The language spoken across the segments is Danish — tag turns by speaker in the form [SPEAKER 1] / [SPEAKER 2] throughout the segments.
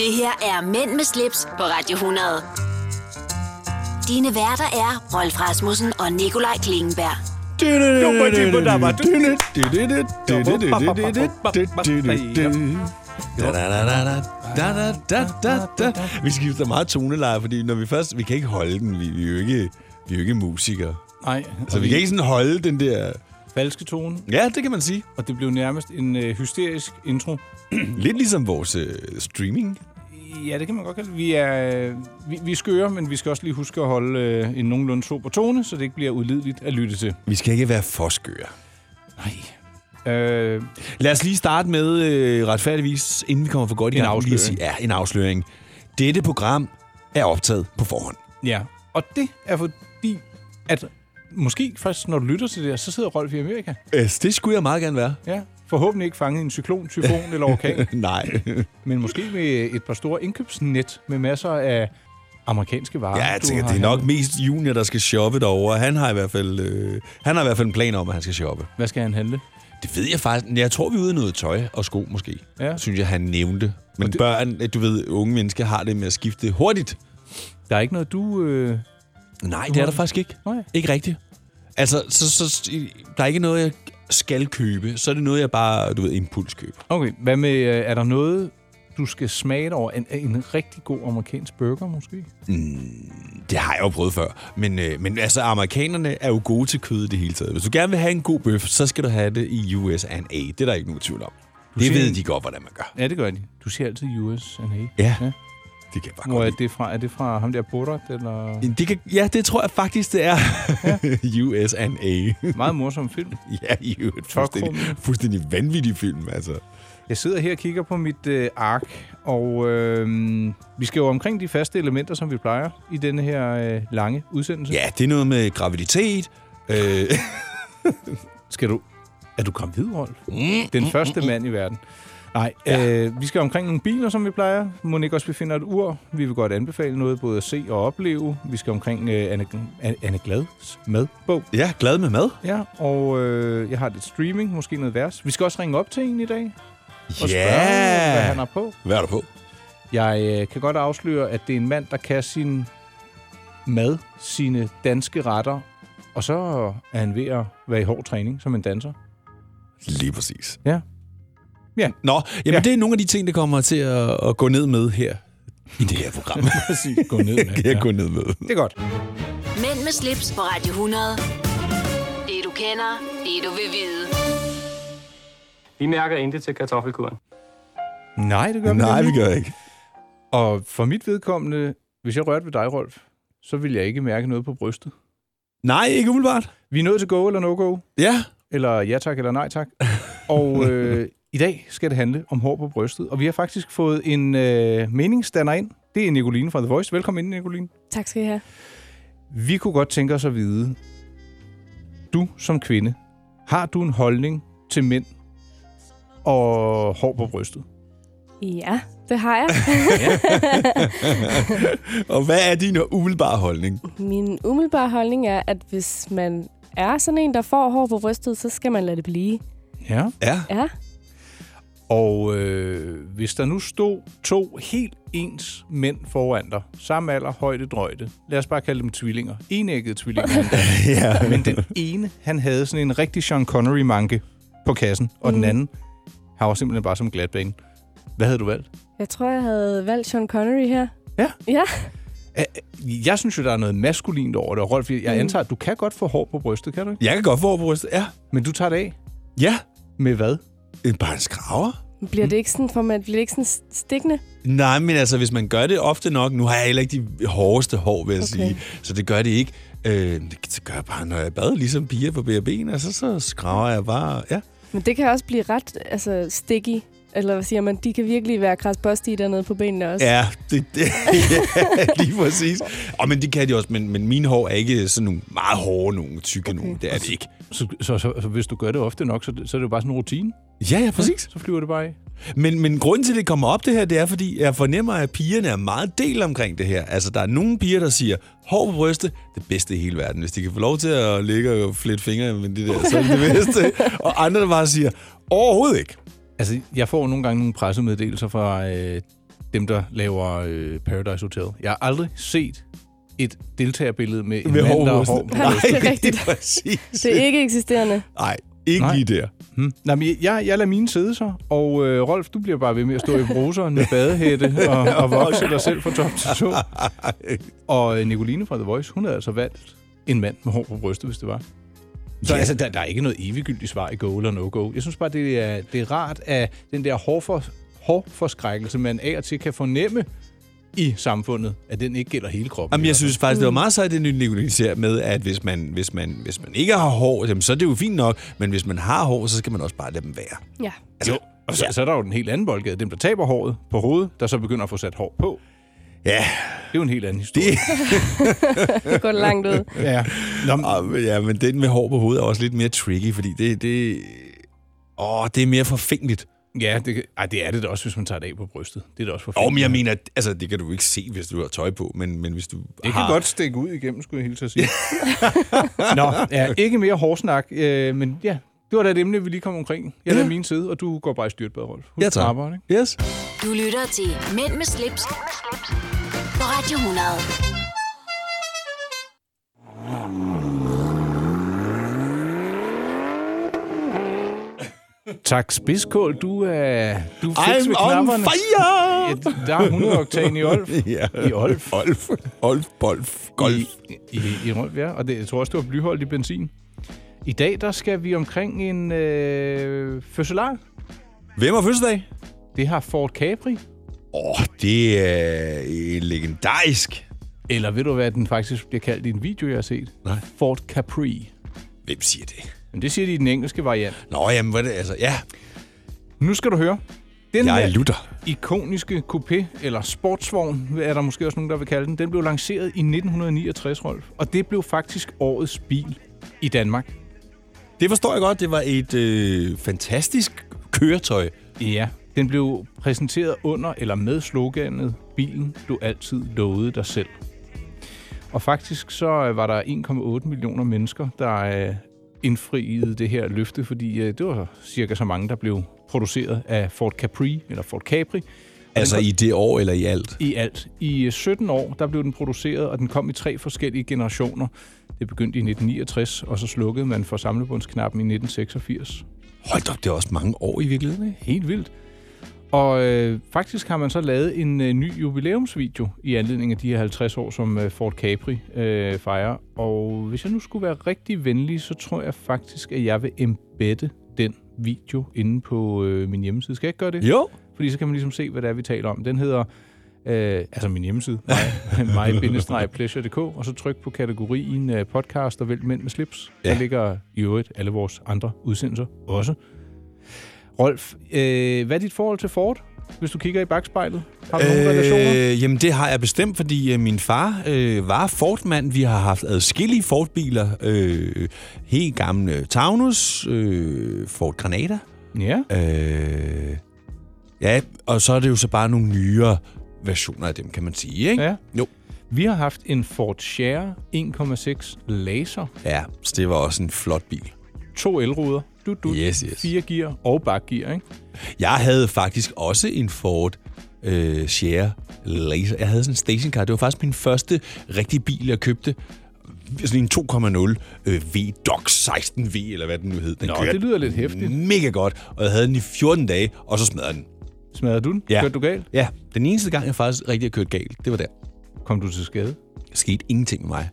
[SPEAKER 1] Det her er Mænd med slips på Radio 100. Dine værter er Rolf Rasmussen og Nikolaj Klingenberg.
[SPEAKER 2] Da, da, da, da, da, da, da, da, da, da. Vi skifter meget toneleje, fordi når vi først... Vi kan ikke holde den. Vi, vi, er, jo ikke, vi er jo ikke musikere.
[SPEAKER 3] Nej,
[SPEAKER 2] Så vi kan ikke sådan holde den der...
[SPEAKER 3] falske tone,
[SPEAKER 2] Ja, det kan man sige.
[SPEAKER 3] og det blev nærmest en øh, hysterisk intro.
[SPEAKER 2] Lidt ligesom vores øh, streaming.
[SPEAKER 3] Ja, det kan man godt kalde det. Vi er, øh, vi, vi er skøre, men vi skal også lige huske at holde øh, en nogenlunde sober tone, så det ikke bliver udlideligt at lytte til.
[SPEAKER 2] Vi skal ikke være for skøre.
[SPEAKER 3] Nej. Øh,
[SPEAKER 2] Lad os lige starte med, øh, retfærdigvis, inden vi kommer for godt i
[SPEAKER 3] En
[SPEAKER 2] gang, lige at sige,
[SPEAKER 3] afsløring.
[SPEAKER 2] ja, en afsløring. Dette program er optaget på forhånd.
[SPEAKER 3] ja, og det er fordi, at måske først når du lytter til det her, så sidder Rolf i Amerika.
[SPEAKER 2] Øh, det skulle jeg meget gerne være.
[SPEAKER 3] Ja, forhåbentlig ikke fanget i en cyklon, tyfon eller orkan,
[SPEAKER 2] Nej.
[SPEAKER 3] men måske med et par store indkøbsnet med masser af amerikanske varer.
[SPEAKER 2] ja, jeg
[SPEAKER 3] du
[SPEAKER 2] tænker,
[SPEAKER 3] har
[SPEAKER 2] det er nok
[SPEAKER 3] handlet.
[SPEAKER 2] mest Junior, der skal shoppe derovre. Han har i hvert fald, øh, han har i hvert fald en plan om, at han skal shoppe.
[SPEAKER 3] Hvad skal han handle?
[SPEAKER 2] Det ved jeg faktisk. Jeg tror, vi er ude i noget tøj og sko, måske.
[SPEAKER 3] Ja.
[SPEAKER 2] Synes jeg, han nævnte. Men det... børn, du ved, unge mennesker har det med at skifte hurtigt.
[SPEAKER 3] Der er ikke noget, du... Øh...
[SPEAKER 2] Nej, det er der faktisk ikke.
[SPEAKER 3] Nej.
[SPEAKER 2] Ikke rigtigt. Altså, så, så, der er ikke noget, jeg skal købe. Så er det noget, jeg bare, du ved, impulskøber.
[SPEAKER 3] Okay, hvad med... Øh, er der noget, du skal smage over? En, en rigtig god amerikansk burger, måske?
[SPEAKER 2] Det har jeg jo prøvet før. Men, øh, men altså, amerikanerne er jo gode til kød i det hele taget. Hvis du gerne vil have en god bøf, så skal du have det i USA. Det er der ikke nogen tvivl om. det
[SPEAKER 3] siger-
[SPEAKER 2] ved de godt, hvordan man gør.
[SPEAKER 3] Ja, det gør de. Du siger altid USA, ikke?
[SPEAKER 2] Ja,
[SPEAKER 3] Ja.
[SPEAKER 2] det kan jeg bare
[SPEAKER 3] Hvor
[SPEAKER 2] godt
[SPEAKER 3] er
[SPEAKER 2] lide.
[SPEAKER 3] det fra? Er det fra ham der Borat, eller...
[SPEAKER 2] det kan, ja, det tror jeg faktisk, det er. Ja. USA.
[SPEAKER 3] Meget morsom film.
[SPEAKER 2] ja, i øvrigt. Fuldstændig,
[SPEAKER 3] Tokrumme.
[SPEAKER 2] fuldstændig vanvittig film, altså.
[SPEAKER 3] Jeg sidder her og kigger på mit øh, ark, og øh, vi skal jo omkring de faste elementer, som vi plejer i denne her øh, lange udsendelse.
[SPEAKER 2] Ja, det er noget med graviditet. Øh,
[SPEAKER 3] Skal du... Er du gravid, Rolf? Den første mand i verden. Nej, øh, vi skal omkring nogle biler, som vi plejer. Må ikke også, vi finder et ur. Vi vil godt anbefale noget, både at se og opleve. Vi skal omkring øh, Anne, Anne- Anne Glads madbog.
[SPEAKER 2] ja, glad med mad.
[SPEAKER 3] Ja, og øh, jeg har lidt streaming, måske noget vers. Vi skal også ringe op til en i dag og spørge, hvad han har på.
[SPEAKER 2] Hvad er du på?
[SPEAKER 3] Jeg øh, kan godt afsløre, at det er en mand, der kan sin mad, sine danske retter, og så er han ved at være i hård træning som en danser.
[SPEAKER 2] Lige præcis.
[SPEAKER 3] Ja. Ja.
[SPEAKER 2] Nå, jamen
[SPEAKER 3] Ja.
[SPEAKER 2] ja. det er nogle af de ting, der kommer til at, at gå ned med her i det her program.
[SPEAKER 3] Præcis, gå ned med.
[SPEAKER 2] kan jeg gå ned med.
[SPEAKER 3] Det er godt.
[SPEAKER 1] Mænd med slips på Radio 100. Det du kender, det du vil vide.
[SPEAKER 4] Vi mærker intet til kartoffelkuren.
[SPEAKER 3] Nej, det gør
[SPEAKER 2] Nej,
[SPEAKER 3] vi
[SPEAKER 2] vi
[SPEAKER 3] ikke.
[SPEAKER 2] gør ikke.
[SPEAKER 3] Og for mit vedkommende, hvis jeg rørte ved dig, Rolf, så vil jeg ikke mærke noget på brystet.
[SPEAKER 2] Nej, ikke umiddelbart.
[SPEAKER 3] Vi er nået til go eller no-go,
[SPEAKER 2] Ja,
[SPEAKER 3] eller ja tak eller nej tak. Og øh, i dag skal det handle om hår på brystet. Og vi har faktisk fået en øh, meningsstander ind. Det er Nicoline fra The Voice. Velkommen ind, Nicoline.
[SPEAKER 5] Tak skal I have.
[SPEAKER 3] Vi kunne godt tænke os at vide, du som kvinde, har du en holdning til mænd og hår på brystet?
[SPEAKER 5] Ja, det har jeg.
[SPEAKER 2] og hvad er din umiddelbare holdning?
[SPEAKER 5] Min umiddelbare holdning er, at hvis man er sådan en, der får hår på brystet, så skal man lade det blive.
[SPEAKER 3] Ja.
[SPEAKER 2] Ja,
[SPEAKER 5] Ja,
[SPEAKER 3] Og øh, hvis der nu stod to helt ens mænd foran dig, samme alder, højde, drøjde, lad os bare kalde dem tvillinger, enæggede tvillinger,
[SPEAKER 2] ja.
[SPEAKER 3] men den ene, han havde sådan en rigtig Sean Connery-manke på kassen, og mm. den anden, han var simpelthen bare som glatbane. Hvad havde du valgt?
[SPEAKER 5] jeg tror, jeg havde valgt Sean Connery her.
[SPEAKER 3] Ja.
[SPEAKER 5] Ja,
[SPEAKER 3] Jeg synes jo, der er noget maskulint over det, og Rolf, jeg mm. antager, at du kan godt få hår på brystet, kan du ikke?
[SPEAKER 2] Jeg kan godt få hår på brystet. Ja.
[SPEAKER 3] Men du tager det af.
[SPEAKER 2] Ja.
[SPEAKER 3] Med hvad?
[SPEAKER 2] En bare en skraver?
[SPEAKER 5] bliver det ikke sådan, for man bliver det ikke sådan stikkende?
[SPEAKER 2] Nej, men altså, hvis man gør det ofte nok... Nu har jeg heller ikke de hårdeste hår, vil jeg okay.
[SPEAKER 5] Okay.
[SPEAKER 2] sige. Så det gør det ikke. Øh, det, det gør jeg bare, når jeg bader, ligesom piger på BRB'en. Altså, så skraver jeg bare... Ja.
[SPEAKER 5] Men det kan også blive ret altså, sticky. Eller hvad siger man? De kan virkelig være kraspostige dernede på benene også.
[SPEAKER 2] Ja, det, det, ja lige præcis. Og men det kan de også, men, men mine hår er ikke sådan nogle meget hårde nogen, tykke okay. nogen. Det er det ikke.
[SPEAKER 3] Så, så, så, så hvis du gør det ofte nok, så, så er det jo bare sådan en rutine.
[SPEAKER 2] Ja, ja, præcis.
[SPEAKER 3] Så flyver det bare af.
[SPEAKER 2] Men, men grunden til, at det kommer op det her, det er, fordi jeg fornemmer, at pigerne er meget del omkring det her. Altså, der er nogle piger, der siger, hår på brystet, det bedste i hele verden. Hvis de kan få lov til at ligge og flette fingre med det der, så er det det bedste. Og andre, der bare siger, overhovedet ikke.
[SPEAKER 3] Altså, jeg får nogle gange nogle pressemeddelelser fra øh, dem, der laver øh, Paradise Hotel. Jeg har aldrig set et deltagerbillede med en
[SPEAKER 2] Med
[SPEAKER 3] mand, der har
[SPEAKER 2] hårhovedet.
[SPEAKER 3] hår. på
[SPEAKER 5] Nej.
[SPEAKER 3] brystet.
[SPEAKER 5] det er rigtigt.
[SPEAKER 2] præcis.
[SPEAKER 5] Det er ikke eksisterende.
[SPEAKER 2] Nej, ikke
[SPEAKER 3] Nej.
[SPEAKER 2] lige der.
[SPEAKER 3] Hmm. Nej, men jeg, jeg lader mine sidde så, og øh, Rolf, du bliver bare ved med at stå i bruseren med badehætte og, og vokse dig selv fra top til to. Og øh, Nicoline fra The Voice, hun havde altså valgt en mand med hår på brystet, hvis det var. Så
[SPEAKER 2] Ja.
[SPEAKER 3] ja. altså, der, der er ikke noget eviggyldigt svar i go eller no-go. Jeg synes bare, det er, det er rart, at den der hårfor, hårforskrækkelse, man af og til kan fornemme i samfundet, at den ikke gælder hele kroppen.
[SPEAKER 2] Jamen, jeg synes faktisk, det var meget sejt, det nye Nicoline ser med, at hvis man, hvis, man, hvis man ikke har hår, jamen, så er det jo fint nok, men hvis man har hår, så skal man også bare lade dem være.
[SPEAKER 5] Ja.
[SPEAKER 2] Altså,
[SPEAKER 3] Og så, ja. så er der jo den helt anden boldgade. Dem, der taber håret på hovedet, der så begynder at få sat hår på.
[SPEAKER 2] ja,
[SPEAKER 3] Det er jo en helt anden historie.
[SPEAKER 5] Det går langt ud.
[SPEAKER 3] Ja. Nå, men,
[SPEAKER 2] og, ja, men den med hår på hovedet er også lidt mere tricky, fordi det, det, åh, det er mere forfængeligt.
[SPEAKER 3] ja, det, kan- ej, det er det da også, hvis man tager det af på brystet. Det er da også for
[SPEAKER 2] Jo,
[SPEAKER 3] fint.
[SPEAKER 2] men jeg mener, altså, det kan du ikke se, hvis du har tøj på, men, men hvis du
[SPEAKER 3] Det kan
[SPEAKER 2] har...
[SPEAKER 3] godt stikke ud igennem, skulle jeg hilse at sige. Nå, ja, ikke mere hårsnak, øh, men ja, det var da et emne, vi lige kom omkring. Jeg er ja. min side, og du går bare i styrtbad, Rolf. Husk
[SPEAKER 2] Ja, tak.
[SPEAKER 3] Arbejde, ikke?
[SPEAKER 2] Yes.
[SPEAKER 1] Du lytter til Mænd med slips, på Radio 100.
[SPEAKER 3] Tak, spidskål. Du er, du er fiks
[SPEAKER 2] I'm
[SPEAKER 3] ved
[SPEAKER 2] on
[SPEAKER 3] knapperne.
[SPEAKER 2] fire!
[SPEAKER 3] Ja, der er 100 oktan i Olf.
[SPEAKER 2] Ja.
[SPEAKER 3] I Olf.
[SPEAKER 2] Olf. Olf, bolf, golf.
[SPEAKER 3] I, i, i Rolf, ja. Og det, jeg tror også, det var blyholdt i benzin. I dag, der skal vi omkring en øh, fødselar.
[SPEAKER 2] Hvem har fødselsdag?
[SPEAKER 3] Det har Ford Capri.
[SPEAKER 2] Åh, oh, det er øh, legendarisk.
[SPEAKER 3] Eller ved du, hvad den faktisk bliver kaldt i en video, jeg har set?
[SPEAKER 2] Nej.
[SPEAKER 3] Ford Capri.
[SPEAKER 2] Hvem siger det?
[SPEAKER 3] Men det siger de i den engelske variant.
[SPEAKER 2] Nå, jamen, hvad er det? Altså, ja,
[SPEAKER 3] Nu skal du høre. Den
[SPEAKER 2] jeg er
[SPEAKER 3] her
[SPEAKER 2] lutter.
[SPEAKER 3] ikoniske coupé, eller sportsvogn, er der måske også nogen, der vil kalde den, den blev lanceret i 1969, Rolf. Og det blev faktisk årets bil i Danmark.
[SPEAKER 2] Det forstår jeg godt. Det var et øh, fantastisk køretøj.
[SPEAKER 3] Ja, den blev præsenteret under eller med sloganet Bilen, du altid lovede dig selv. Og faktisk så øh, var der 1,8 millioner mennesker, der øh, indfriede det her løfte, fordi øh, det var cirka så mange, der blev produceret af Ford Capri, eller Ford Capri,
[SPEAKER 2] Altså i det år eller i alt.
[SPEAKER 3] i alt. I øh, 17 år, der blev den produceret, og den kom i tre forskellige generationer. Det begyndte i 1969, og så slukkede man for samlebåndsknappen i 1986.
[SPEAKER 2] Hold op, det er også mange år i virkeligheden, ikke?
[SPEAKER 3] Helt vildt. Og øh, faktisk har man så lavet en øh, ny jubilæumsvideo i anledning af de her 50 år, som øh, Ford Capri øh, fejrer. Og hvis jeg nu skulle være rigtig venlig, så tror jeg faktisk, at jeg vil embedde den video inde på øh, min hjemmeside. Skal jeg ikke gøre det?
[SPEAKER 2] Jo.
[SPEAKER 3] Fordi så kan man ligesom se, hvad det er, vi taler om. Den hedder, øh, altså min hjemmeside, my- my-pleasure.dk, og så tryk på kategorien øh, podcast og vælg mænd med slips. Ja.
[SPEAKER 2] Ja.
[SPEAKER 3] Der ligger i øvrigt alle vores andre udsendelser også. Rolf, øh, hvad er dit forhold til Ford, hvis du kigger i bagspejlet? Har du øh, nogle relationer?
[SPEAKER 2] Øh, jamen, det har jeg bestemt, fordi øh, min far øh, var Ford-mand. Vi har haft adskillige Ford-biler. Øh, helt gamle Taunus, øh, Ford Granada.
[SPEAKER 3] Ja,
[SPEAKER 2] Øh, ja, og så er det jo så bare nogle nyere versioner af dem, kan man sige, ikke?
[SPEAKER 3] ja.
[SPEAKER 2] Jo.
[SPEAKER 3] Vi har haft en Ford Share 1,6 Laser,
[SPEAKER 2] Ja, så det var også en flot bil.
[SPEAKER 3] to elruder, du, du,
[SPEAKER 2] Yes, yes.
[SPEAKER 3] fire gear og bakgear, ikke?
[SPEAKER 2] Jeg havde faktisk også en Ford øh, Share Laser. Jeg havde sådan en stationcar. Det var faktisk min første rigtige bil, jeg købte. Sådan en 2,0 øh, V-Doc 16V, eller hvad den nu hed. Den
[SPEAKER 3] Nå,
[SPEAKER 2] kørte
[SPEAKER 3] det lyder lidt hæftigt.
[SPEAKER 2] Mega godt. Og jeg havde den i 14 dage, og så smadrede den.
[SPEAKER 3] Smadrede du den?
[SPEAKER 2] Ja.
[SPEAKER 3] Kørte du galt?
[SPEAKER 2] Ja, den eneste gang, jeg faktisk rigtig har kørt galt, det var der.
[SPEAKER 3] Kom du til skade?
[SPEAKER 2] Der skete ingenting med mig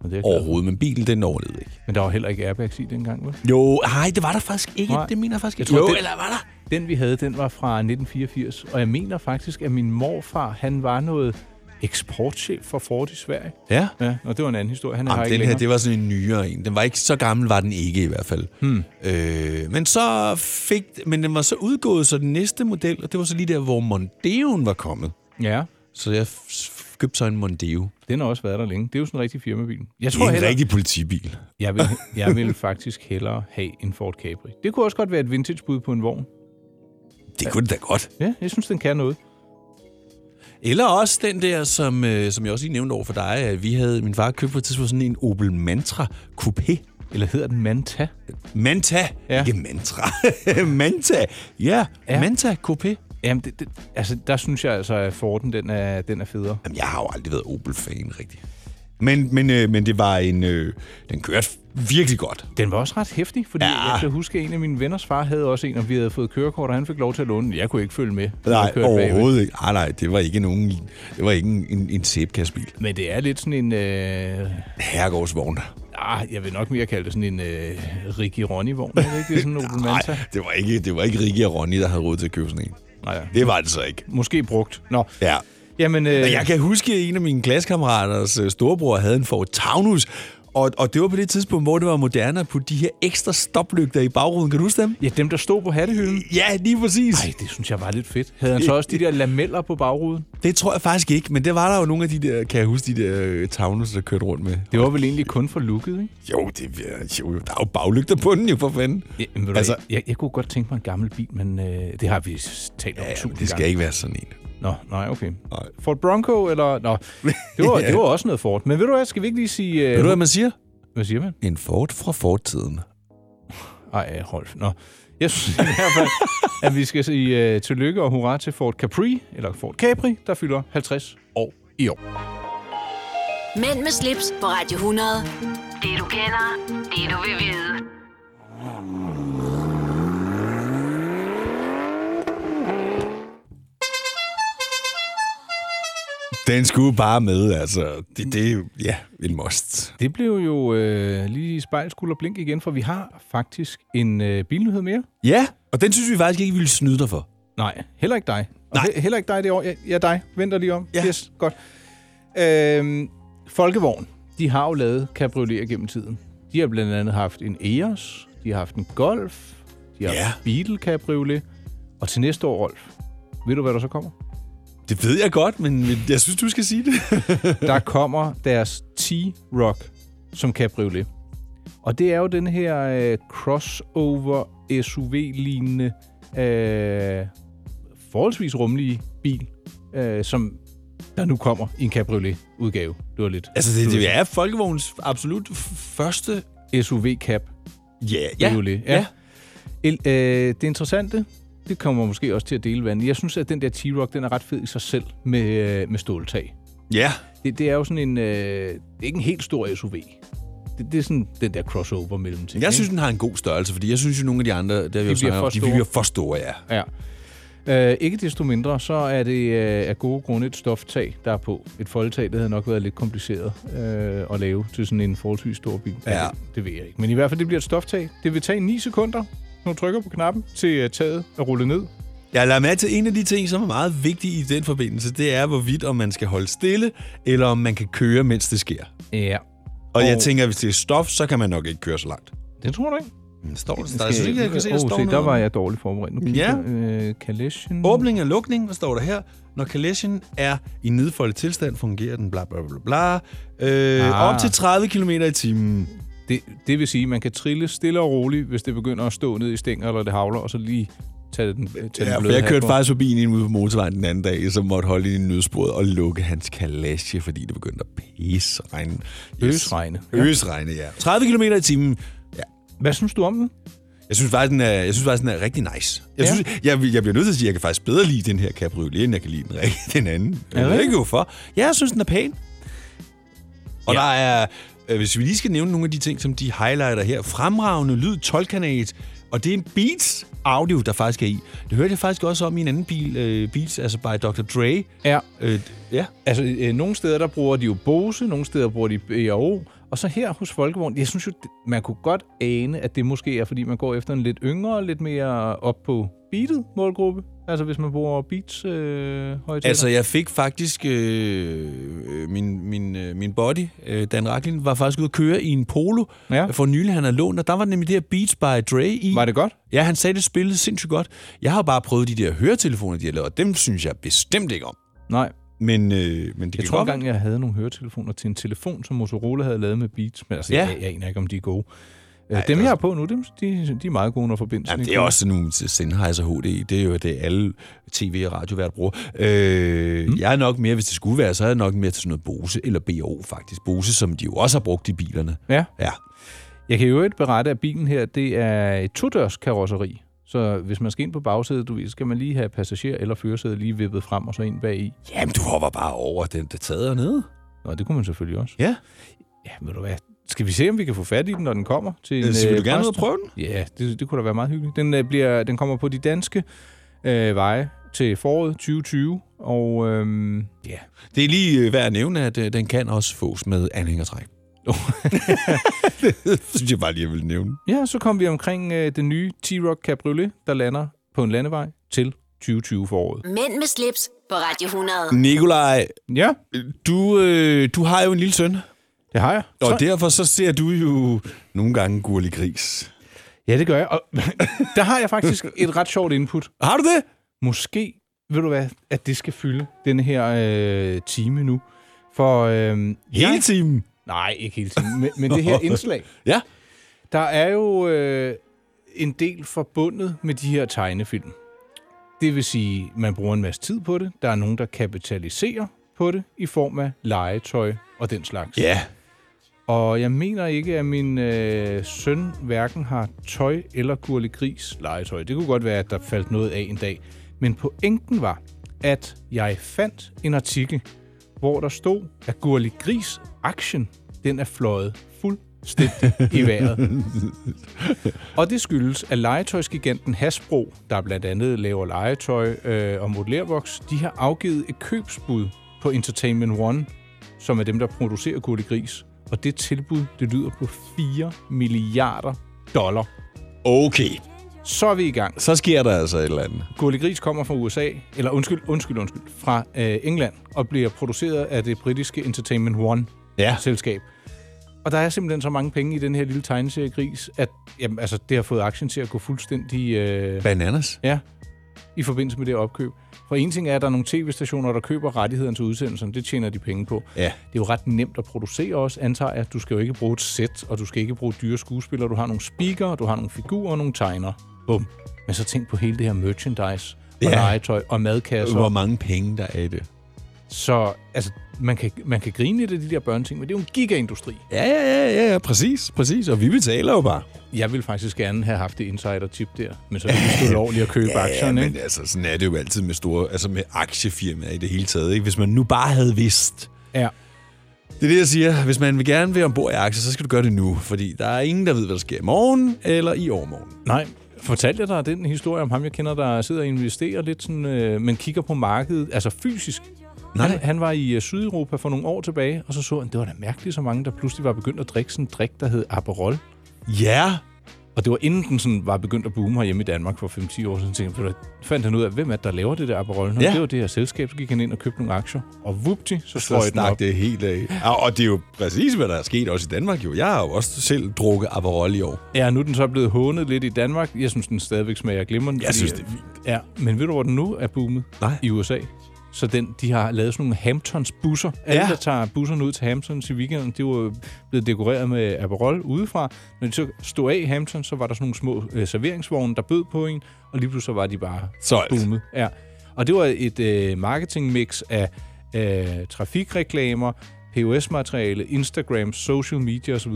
[SPEAKER 3] Og det er jeg glad for.
[SPEAKER 2] overhovedet, men bilen den overlevede ikke.
[SPEAKER 3] Men der var heller ikke airbags i dengang, vel?
[SPEAKER 2] Jo, nej, det var der faktisk ikke.
[SPEAKER 3] Nej.
[SPEAKER 2] Nej. Det mener jeg faktisk
[SPEAKER 3] Jeg
[SPEAKER 2] ikke.
[SPEAKER 3] tror,
[SPEAKER 2] jo,
[SPEAKER 3] det-
[SPEAKER 2] eller var der?
[SPEAKER 3] Den, vi havde, den var fra 1984, og jeg mener faktisk, at min morfar, han var noget eksportchef for Ford i Sverige.
[SPEAKER 2] Ja.
[SPEAKER 3] Ja, og det var en anden historie. Han er her
[SPEAKER 2] Jamen,
[SPEAKER 3] ikke
[SPEAKER 2] den her,
[SPEAKER 3] længere.
[SPEAKER 2] det var sådan en nyere en. Den var ikke så gammel, var den ikke i hvert fald. Hmm. Øh, men så fik... Men den var så udgået, så den næste model, og det var så lige der, hvor Mondeoen var kommet.
[SPEAKER 3] Ja,
[SPEAKER 2] Så jeg f- f- købte så en Mondeo.
[SPEAKER 3] den har også været der længe. Det er jo sådan en rigtig firmabil. Jeg
[SPEAKER 2] Det er
[SPEAKER 3] tror
[SPEAKER 2] en
[SPEAKER 3] heller,
[SPEAKER 2] rigtig politibil.
[SPEAKER 3] jeg vil, jeg vil faktisk hellere have en Ford Capri. Det kunne også godt være et vintagebud på en vogn.
[SPEAKER 2] Det kunne det da godt.
[SPEAKER 3] Ja, jeg synes, den kan noget.
[SPEAKER 2] Eller også den der, som, øh, som jeg også lige nævnte over for dig, at vi havde, min far købte på et tidspunkt sådan en Opel Mantra Coupé.
[SPEAKER 3] Eller hedder den Manta?
[SPEAKER 2] Manta.
[SPEAKER 3] Ja.
[SPEAKER 2] Ja. Ikke Mantra. Manta. Ja,
[SPEAKER 3] Ja.
[SPEAKER 2] ja, Manta Coupé.
[SPEAKER 3] Jamen, det, det, altså, der synes jeg altså, at Forden, den er, den er federe.
[SPEAKER 2] Jamen, jeg har jo aldrig været Opel-fan, rigtig. Men, men, øh, men det var en... Øh, den kørte virkelig godt.
[SPEAKER 3] Den var også ret hæftig, fordi
[SPEAKER 2] Ja.
[SPEAKER 3] ja. jeg kan huske, at en af mine venners far havde også en, og vi havde fået kørekort, og han fik lov til at låne den. Jeg kunne ikke følge med. når jeg
[SPEAKER 2] Nej,
[SPEAKER 3] kørte bagved.
[SPEAKER 2] overhovedet ikke. Ah, Nej, nej, det var ikke, nogen, det var ikke en, en, en sæbekassebil.
[SPEAKER 3] Men det er lidt sådan en... Øh,
[SPEAKER 2] Herregårdsvogn.
[SPEAKER 3] ah, jeg vil nok mere kalde det sådan en øh, Ricky Ronny-vogn. Er det ikke? Det er sådan en Opel
[SPEAKER 2] Nej,
[SPEAKER 3] Manta.
[SPEAKER 2] det var ikke, det var ikke Rikke og Ronny, der havde råd til at købe sådan en.
[SPEAKER 3] Nej,
[SPEAKER 2] Det var det så ikke.
[SPEAKER 3] måske brugt. Nå,
[SPEAKER 2] Ja.
[SPEAKER 3] jamen... Øh,
[SPEAKER 2] Men jeg kan huske, at en af mine klassekammeraters øh, storebror havde en Ford Taunus, og, og det var på det tidspunkt, hvor det var moderne at putte de her ekstra stoplygter i bagruden. Kan du huske dem?
[SPEAKER 3] Ja, dem, der stod på hattehylden.
[SPEAKER 2] Ja, lige præcis.
[SPEAKER 3] Nej, det synes jeg var lidt fedt. Havde han så også de der lameller på bagruden?
[SPEAKER 2] Det tror jeg faktisk ikke, men det var der jo nogle af de der, kan jeg huske, de der øh, Taunus, der kørte rundt med.
[SPEAKER 3] Det var vel egentlig kun for looket, ikke?
[SPEAKER 2] Jo, det, er- jo, jo, der er jo baglygter på den, jo for fanden.
[SPEAKER 3] Ja, men
[SPEAKER 2] Altså-
[SPEAKER 3] altså, jeg, jeg kunne godt tænke mig en gammel bil, men øh, det har vi s- talt om
[SPEAKER 2] Ja,
[SPEAKER 3] tusind
[SPEAKER 2] men det skal
[SPEAKER 3] gange.
[SPEAKER 2] ikke være sådan en.
[SPEAKER 3] Nå, nej, okay.
[SPEAKER 2] Nej.
[SPEAKER 3] Ford Bronco, eller... Nå, det var,
[SPEAKER 2] Ja.
[SPEAKER 3] det var også noget Ford. Men ved du hvad, skal vi ikke lige sige... øh,
[SPEAKER 2] Ved du, hvad man siger?
[SPEAKER 3] hvad siger man?
[SPEAKER 2] En Ford fra fortiden.
[SPEAKER 3] Ej, Rolf, nå. Jeg synes i hvert fald, at vi skal sige øh, tillykke og hurra til Ford Capri, eller Ford Capri, der fylder 50 år i år.
[SPEAKER 1] Mænd med slips på Radio 100. Det du kender, det du vil vide.
[SPEAKER 2] Den skulle bare med, altså. Det, det er jo, ja, en must.
[SPEAKER 3] Det blev jo øh, lige spejl, skulder, blink igen, for vi har faktisk en øh, bilnyhed mere.
[SPEAKER 2] Ja, og den synes vi faktisk ikke, vi ville snyde dig for.
[SPEAKER 3] Nej, heller ikke dig. Og
[SPEAKER 2] Nej.
[SPEAKER 3] he- Heller ikke dig det år. Ja, ja dig. Venter lige om.
[SPEAKER 2] Ja.
[SPEAKER 3] Yes, godt. Øhm, Folkevogn, de har jo lavet cabrioleter gennem tiden. De har blandt andet haft en Eos, de har haft en Golf, de har
[SPEAKER 2] Ja.
[SPEAKER 3] ja. haft Beetle Cabriolet, og til næste år, Rolf, ved du, hvad der så kommer?
[SPEAKER 2] Det ved jeg godt, men men jeg synes, du skal sige det.
[SPEAKER 3] Der kommer deres T-Rock som cabriolet. Og det er jo den her øh, crossover SUV-lignende, øh, forholdsvis rummelige bil, øh, som der nu kommer i en cabriolet-udgave. Det var lidt
[SPEAKER 2] altså, det, det er Folkevogns absolut første...
[SPEAKER 3] SUV-cap.
[SPEAKER 2] Ja,
[SPEAKER 3] Det er jo lidt- ja. El, øh, det interessante, det kommer måske også til at dele vandet. Jeg synes, at den der T-Rock, den er ret fed i sig selv med, øh, med ståltag.
[SPEAKER 2] Ja,
[SPEAKER 3] Det, det er jo sådan en... Øh, det er ikke en helt stor SUV. Det, det er sådan den der crossover mellem ting.
[SPEAKER 2] jeg
[SPEAKER 3] ikke?
[SPEAKER 2] synes, den har en god størrelse, fordi jeg synes jo, nogle af de andre, der vi de,
[SPEAKER 3] bliver
[SPEAKER 2] bliver om,
[SPEAKER 3] for
[SPEAKER 2] de
[SPEAKER 3] store.
[SPEAKER 2] bliver for store, ja.
[SPEAKER 3] Ja. Øh, ikke desto mindre, så er det øh, af gode grunde et stoftag, der er på. Et foldtag, det havde nok været lidt kompliceret øh, at lave til sådan en forholdsvis stor bil.
[SPEAKER 2] Ja.
[SPEAKER 3] Det, det ved jeg ikke. Men i hvert fald, det bliver et stoftag. Det vil tage 9 sekunder, når du trykker på knappen, til øh, taget at rulle ned.
[SPEAKER 2] Jeg lader mærke til en af de ting, som er meget vigtige i den forbindelse, det er, hvorvidt om man skal holde stille, eller om man kan køre, mens det sker.
[SPEAKER 3] Ja.
[SPEAKER 2] Og, jeg
[SPEAKER 3] Og-
[SPEAKER 2] tænker, hvis det er stof, så kan man nok ikke køre så langt.
[SPEAKER 3] Det tror du ikke?
[SPEAKER 2] Men står der? Der er sådan, jeg kan se, der
[SPEAKER 3] Åh,
[SPEAKER 2] står
[SPEAKER 3] se, der
[SPEAKER 2] noget.
[SPEAKER 3] var jeg dårligt forberedt. Nu kigger
[SPEAKER 2] Ja.
[SPEAKER 3] jeg. øh, Kaleschen.
[SPEAKER 2] Åbning og lukning, hvad står der her? Når kalechen er i nedfoldet tilstand, fungerer den bla bla bla bla. Øh,
[SPEAKER 3] Ah.
[SPEAKER 2] Op til 30 km i timen.
[SPEAKER 3] Det, det vil sige, at man kan trille stille og roligt, hvis det begynder at stå ned i stænger, eller det havler, og så lige tage den, øh, tage
[SPEAKER 2] Ja,
[SPEAKER 3] den
[SPEAKER 2] for
[SPEAKER 3] bløde
[SPEAKER 2] jeg
[SPEAKER 3] hat
[SPEAKER 2] kørte
[SPEAKER 3] på.
[SPEAKER 2] faktisk forbi en ude på motorvejen den anden dag, som måtte holde i en nødsporet og lukke hans kalache, fordi det begyndte at pisse og regne.
[SPEAKER 3] Øsregne.
[SPEAKER 2] Ja. Øsregne, ja. 30 km i timen. Ja.
[SPEAKER 3] Hvad synes du om den?
[SPEAKER 2] Jeg synes faktisk, den er, jeg synes faktisk, den er rigtig nice. Jeg,
[SPEAKER 3] Ja.
[SPEAKER 2] synes, jeg, jeg bliver nødt til at sige, at jeg kan faktisk bedre lide den her cabriolet, end jeg kan lide den, rigtig- den anden.
[SPEAKER 3] Er
[SPEAKER 2] Jeg
[SPEAKER 3] det
[SPEAKER 2] ved ikke hvorfor. Ja, jeg synes, den er pæn. Og ja. der er, øh, hvis vi lige skal nævne nogle af de ting, som de highlighter her. Fremragende lyd, 12-kanal, og det er en Beats audio, der faktisk er i. Det hørte jeg faktisk også om i en anden bil, øh, Beats, altså by Dr. Dre.
[SPEAKER 3] Ja,
[SPEAKER 2] Øh, ja.
[SPEAKER 3] altså øh, nogle steder, der bruger de jo Bose, nogle steder bruger de B&O, og så her hos Folkevogn, jeg synes jo, det- man kunne godt ane, at det måske er, fordi man går efter en lidt yngre, lidt mere op på beatet målgruppe. Altså hvis man bruger beats øh, højtaler.
[SPEAKER 2] Altså, jeg fik faktisk... Øh, øh, min, min, øh, min buddy, øh, Dan Raklin, var faktisk ude at køre i en polo
[SPEAKER 3] Ja.
[SPEAKER 2] for nylig, han har lånt, og der var nemlig det her Beats by Dre i.
[SPEAKER 3] Var det godt?
[SPEAKER 2] Ja, han sagde, det spillede sindssygt godt. Jeg har bare prøvet de der høretelefoner, de har lavet, og dem synes jeg bestemt ikke om.
[SPEAKER 3] Nej,
[SPEAKER 2] Men, øh, men det
[SPEAKER 3] jeg
[SPEAKER 2] kan
[SPEAKER 3] tror
[SPEAKER 2] godt
[SPEAKER 3] engang, jeg havde nogle høretelefoner til en telefon, som Motorola havde lavet med beats, men altså,
[SPEAKER 2] Ja.
[SPEAKER 3] ja. jeg, jeg aner ikke, om de er gode.
[SPEAKER 2] Nej,
[SPEAKER 3] Nej, dem,
[SPEAKER 2] det er
[SPEAKER 3] jeg har på nu, dem, de, de er meget gode, når forbindelsen
[SPEAKER 2] Jamen,
[SPEAKER 3] ikke
[SPEAKER 2] det er
[SPEAKER 3] kører.
[SPEAKER 2] også sådan nogle Sennheiser HD. Det er jo det, alle tv- og radiovært bruger. Øh, mm. Jeg er nok mere, hvis det skulle være, så er jeg nok mere til sådan noget Bose eller BO faktisk. Bose, som de jo også har brugt i bilerne.
[SPEAKER 3] Ja.
[SPEAKER 2] Ja.
[SPEAKER 3] Jeg kan jo ikke berette, at bilen her, det er et todørs karosseri, Så hvis man skal ind på bagsædet, du ved, så skal man lige have passager eller førersædet lige vippet frem og så ind bagi.
[SPEAKER 2] Jamen, du hopper bare over den, der tager ned.
[SPEAKER 3] Nå, det kunne man selvfølgelig også.
[SPEAKER 2] Ja.
[SPEAKER 3] Ja, ved du hvad? Skal vi se, om vi kan få fat i den, når den kommer? Til en,
[SPEAKER 2] Så vil
[SPEAKER 3] øh,
[SPEAKER 2] du gerne ud og
[SPEAKER 3] præst?
[SPEAKER 2] prøve den?
[SPEAKER 3] Ja, det, det kunne da være meget hyggeligt. Den, øh, bliver, den kommer på de danske øh, veje til foråret 2020, og øhm, ja,
[SPEAKER 2] Det er lige øh, værd at nævne, at øh, den kan også fås med anhængertræk. det synes jeg bare lige, jeg ville nævne.
[SPEAKER 3] Ja, så kom vi omkring øh, den nye T-Rock Cabriolet, der lander på en landevej til 2020 foråret.
[SPEAKER 1] Mænd med slips på Radio 100.
[SPEAKER 2] Nikolaj,
[SPEAKER 3] Ja,
[SPEAKER 2] du, øh, du har jo en lille søn,
[SPEAKER 3] det har jeg.
[SPEAKER 2] og
[SPEAKER 3] Så-
[SPEAKER 2] derfor så ser du jo nogle gange gurlig gris.
[SPEAKER 3] Ja, det gør jeg. Og der har jeg faktisk et ret sjovt input.
[SPEAKER 2] Har du det?
[SPEAKER 3] Måske, ved du hvad, at det skal fylde den her øh, time nu. For øh,
[SPEAKER 2] Hele
[SPEAKER 3] jeg,
[SPEAKER 2] timen?
[SPEAKER 3] Nej, ikke hele timen, men, men det her indslag.
[SPEAKER 2] Ja.
[SPEAKER 3] Der er jo øh, en del forbundet med de her tegnefilm. Det vil sige, man bruger en masse tid på det. Der er nogen, der kapitaliserer på det i form af legetøj og den slags.
[SPEAKER 2] Ja.
[SPEAKER 3] Og jeg mener ikke, at min øh, søn hverken har tøj eller gurlig gris legetøj. Det kunne godt være, at der faldt noget af en dag. Men pointen var, at jeg fandt en artikel, hvor der stod, at gurlig gris aktien den er fløjet fuldstændig i vejret. Og det skyldes, at legetøjsgiganten Hasbro, der blandt andet laver legetøj øh, og modellervoks, de har afgivet et købsbud på Entertainment One, som er dem, der producerer Gurli Gris. Og det tilbud, det lyder på 4 milliarder dollar.
[SPEAKER 2] Okay,
[SPEAKER 3] Så er vi i gang.
[SPEAKER 2] så sker der altså et eller andet.
[SPEAKER 3] Gurli Gris kommer fra USA, eller undskyld, undskyld, undskyld, fra øh, England, og bliver produceret af det britiske Entertainment One-selskab.
[SPEAKER 2] Ja.
[SPEAKER 3] Og der er simpelthen så mange penge i den her lille tegneserie Gris, at jamen, altså, det har fået aktien til at gå fuldstændig... Øh,
[SPEAKER 2] Bananas?
[SPEAKER 3] Ja, i forbindelse med det opkøb. For en ting er, at der er nogle tv-stationer, der køber rettigheden til udsendelsen. Det tjener de penge på.
[SPEAKER 2] Ja.
[SPEAKER 3] Det er jo ret nemt at producere også, antager jeg. Du skal jo ikke bruge et sæt, og du skal ikke bruge dyre skuespillere. Du har nogle speaker, du har nogle figurer og nogle tegner. Bum. Men så tænk på hele det her merchandise og
[SPEAKER 2] Ja.
[SPEAKER 3] ja. legetøj og madkasser.
[SPEAKER 2] Hvor mange penge der er i det?
[SPEAKER 3] Så altså, man, kan, man kan grine lidt af de der børneting, men det er jo en gigaindustri.
[SPEAKER 2] Ja, ja, ja, ja, ja, præcis, præcis. Og vi betaler jo bare.
[SPEAKER 3] Jeg ville faktisk gerne have haft det insider-tip der, men så er det ulovligt at købe aktierne.
[SPEAKER 2] men
[SPEAKER 3] ikke?
[SPEAKER 2] altså, sådan er det jo altid med store, altså med aktiefirmaer i det hele taget. Ikke? Hvis man nu bare havde vidst.
[SPEAKER 3] Ja.
[SPEAKER 2] Det er det, jeg siger. Hvis man vil gerne vil ombord i aktier, så skal du gøre det nu. Fordi der er ingen, der ved, hvad der sker i morgen eller i overmorgen.
[SPEAKER 3] Nej, fortalte jeg dig den historie om ham, jeg kender, der sidder og investerer lidt, sådan, øh, men kigger på markedet, altså fysisk?
[SPEAKER 2] Nej.
[SPEAKER 3] Han, han var i øh, Sydeuropa for nogle år tilbage, og så så han, det var da mærkeligt så mange, der pludselig var begyndt at drikke sådan en drik, der hed Aperol.
[SPEAKER 2] Ja,
[SPEAKER 3] Og det var inden den sådan var begyndt at boome herhjemme i Danmark for 5-10 år siden. Tænkte, jeg, ved du hvad, fandt han ud af, hvem er det, der laver det der Aperol? Nå,
[SPEAKER 2] Ja.
[SPEAKER 3] Det var det her selskab, så gik han ind og købte nogle aktier. Og vupti,
[SPEAKER 2] så
[SPEAKER 3] så strøg den op.
[SPEAKER 2] stak det helt af. Ja, Og det er jo præcis, hvad der er sket også i Danmark. Jo. Jeg har jo også selv drukket Aperol i år.
[SPEAKER 3] Ja, nu er den så blevet hånet lidt i Danmark. Jeg synes, den stadigvæk smager glimrende.
[SPEAKER 2] Jeg synes, det er fint.
[SPEAKER 3] Ja, men ved du, hvor den nu er boomet?
[SPEAKER 2] Nej.
[SPEAKER 3] I USA. Så den, de har lavet sådan nogle Hamptons busser. Alle,
[SPEAKER 2] Ja.
[SPEAKER 3] der tager busserne ud til Hamptons i weekenden, de var blevet dekoreret med Aperol udefra. Når de så stod af i Hamptons, så var der sådan nogle små øh, serveringsvogne, der bød på en, og lige pludselig så var de bare
[SPEAKER 2] Solgt.
[SPEAKER 3] boomet. Ja. Og det var et øh, marketingmix af øh, trafikreklamer, POS-materiale, Instagram, social media osv.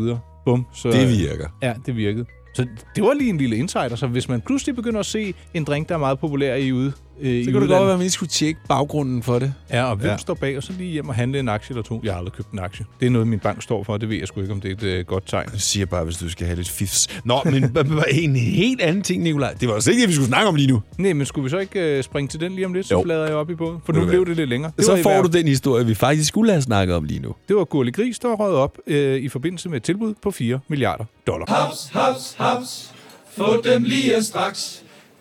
[SPEAKER 3] Bum. Så,
[SPEAKER 2] Det virker.
[SPEAKER 3] Ja, det virkede. Så det var lige en lille insider. Så hvis man pludselig begynder at se en drink, der er meget populær i ude, øh, i
[SPEAKER 2] Så kan det godt
[SPEAKER 3] udlandet,
[SPEAKER 2] være, at man lige skulle tjekke baggrunden for det.
[SPEAKER 3] Ja, og hvem
[SPEAKER 2] Ja.
[SPEAKER 3] ja. står bag, og så lige hjem og handle en aktie eller to. Jeg har aldrig købt en aktie. Det er noget, min bank står for, og det ved jeg sgu ikke, om det er et øh, godt tegn.
[SPEAKER 2] Jeg siger bare, hvis du skal have lidt fifs. Nå, men b- b- en helt anden ting, Nikolaj. Det var altså ikke det, vi skulle snakke om lige nu.
[SPEAKER 3] Nej, men skulle vi så ikke øh, springe til den lige om lidt, så
[SPEAKER 2] Jo.
[SPEAKER 3] bladrer jeg op i båden? For
[SPEAKER 2] Ved du
[SPEAKER 3] nu
[SPEAKER 2] hvad?
[SPEAKER 3] blev det lidt længere. Det var
[SPEAKER 2] Så
[SPEAKER 3] i
[SPEAKER 2] får
[SPEAKER 3] hvert-
[SPEAKER 2] du den historie, vi faktisk skulle have snakket om lige nu.
[SPEAKER 3] Det var Gurli Gris, der var røget op øh, i forbindelse med et tilbud på 4 milliarder dollar.
[SPEAKER 6] Haps, haps, haps. Få dem lige straks.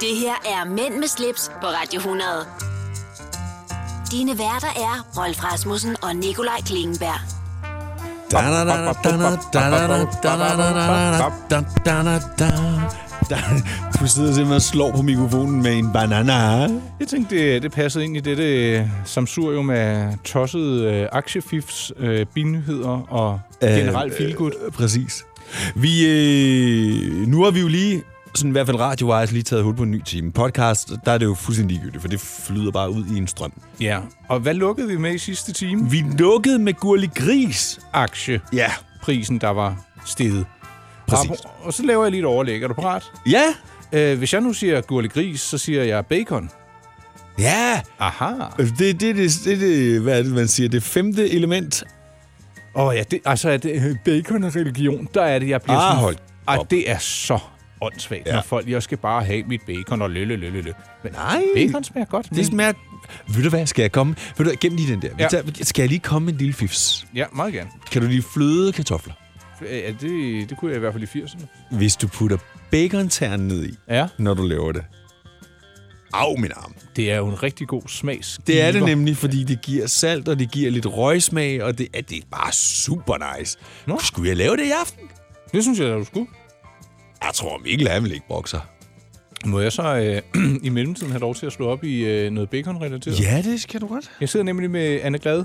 [SPEAKER 1] Det her er Mænd med slips på Radio 100. Dine værter er Rolf Rasmussen og Nikolaj Klingenberg.
[SPEAKER 2] Der, du sidder simpelthen og slår på mikrofonen med en banana.
[SPEAKER 3] Jeg tænkte, det, det passede ind i dette øh, samsurium af tossede øh, aktiefifs, øh, binyheder og øh, generelt feelgood.
[SPEAKER 2] Øh, præcis. Vi, øh, nu har vi jo lige, sådan i hvert fald radio lige taget hul på en ny time. Podcast, der er det jo fuldstændig ligegyldigt, for det flyder bare ud i en strøm.
[SPEAKER 3] Ja. Og hvad lukkede vi med i sidste time?
[SPEAKER 2] Vi lukkede med Gurli Gris.
[SPEAKER 3] Aktieprisen,
[SPEAKER 2] Ja,
[SPEAKER 3] der var steget.
[SPEAKER 2] præcis.
[SPEAKER 3] Og, og så laver jeg lige et overlæg. Er du parat?
[SPEAKER 2] Ja,
[SPEAKER 3] Øh, hvis jeg nu siger gurlig gris, så siger jeg bacon.
[SPEAKER 2] ja.
[SPEAKER 3] Aha.
[SPEAKER 2] Det, det, det, det, det, hvad er det, man siger? Det femte element.
[SPEAKER 3] Åh oh, ja, det, altså er det bacon og religion, der er det, jeg bliver
[SPEAKER 2] Ah,
[SPEAKER 3] sådan...
[SPEAKER 2] hold
[SPEAKER 3] Ej,
[SPEAKER 2] op.
[SPEAKER 3] det er så åndssvagt, ja.
[SPEAKER 2] Ja.
[SPEAKER 3] når folk, jeg skal bare have mit bacon og lølle, lølle, lølle. Men
[SPEAKER 2] Nej.
[SPEAKER 3] Bacon smager godt. men-
[SPEAKER 2] Det smager... Ved du hvad, skal jeg komme? Ved du, hvad, gem lige den der.
[SPEAKER 3] Ja.
[SPEAKER 2] Ja. Tager, skal jeg lige komme med en lille fifs?
[SPEAKER 3] Ja, meget gerne. Øh,
[SPEAKER 2] Kan du lige fløde kartofler?
[SPEAKER 3] Ja, det, det kunne jeg i hvert fald i 80'erne.
[SPEAKER 2] Hvis du putter baconternen ned i,
[SPEAKER 3] Ja,
[SPEAKER 2] når du laver det. Au, min arm.
[SPEAKER 3] det er jo en rigtig god smags.
[SPEAKER 2] Det er det nemlig, fordi det giver salt, og det giver lidt røgsmag, og det, er, det er bare super nice.
[SPEAKER 3] Nå.
[SPEAKER 2] Nå. Skulle jeg lave det i aften?
[SPEAKER 3] Det synes jeg, at du skulle.
[SPEAKER 2] Jeg tror, Mikkel han vil ikke bokser.
[SPEAKER 3] Må jeg så øh, i mellemtiden have lov til at slå op i øh, noget bacon-relateret?
[SPEAKER 2] Ja, det kan du godt.
[SPEAKER 3] Jeg sidder nemlig med Anne Glad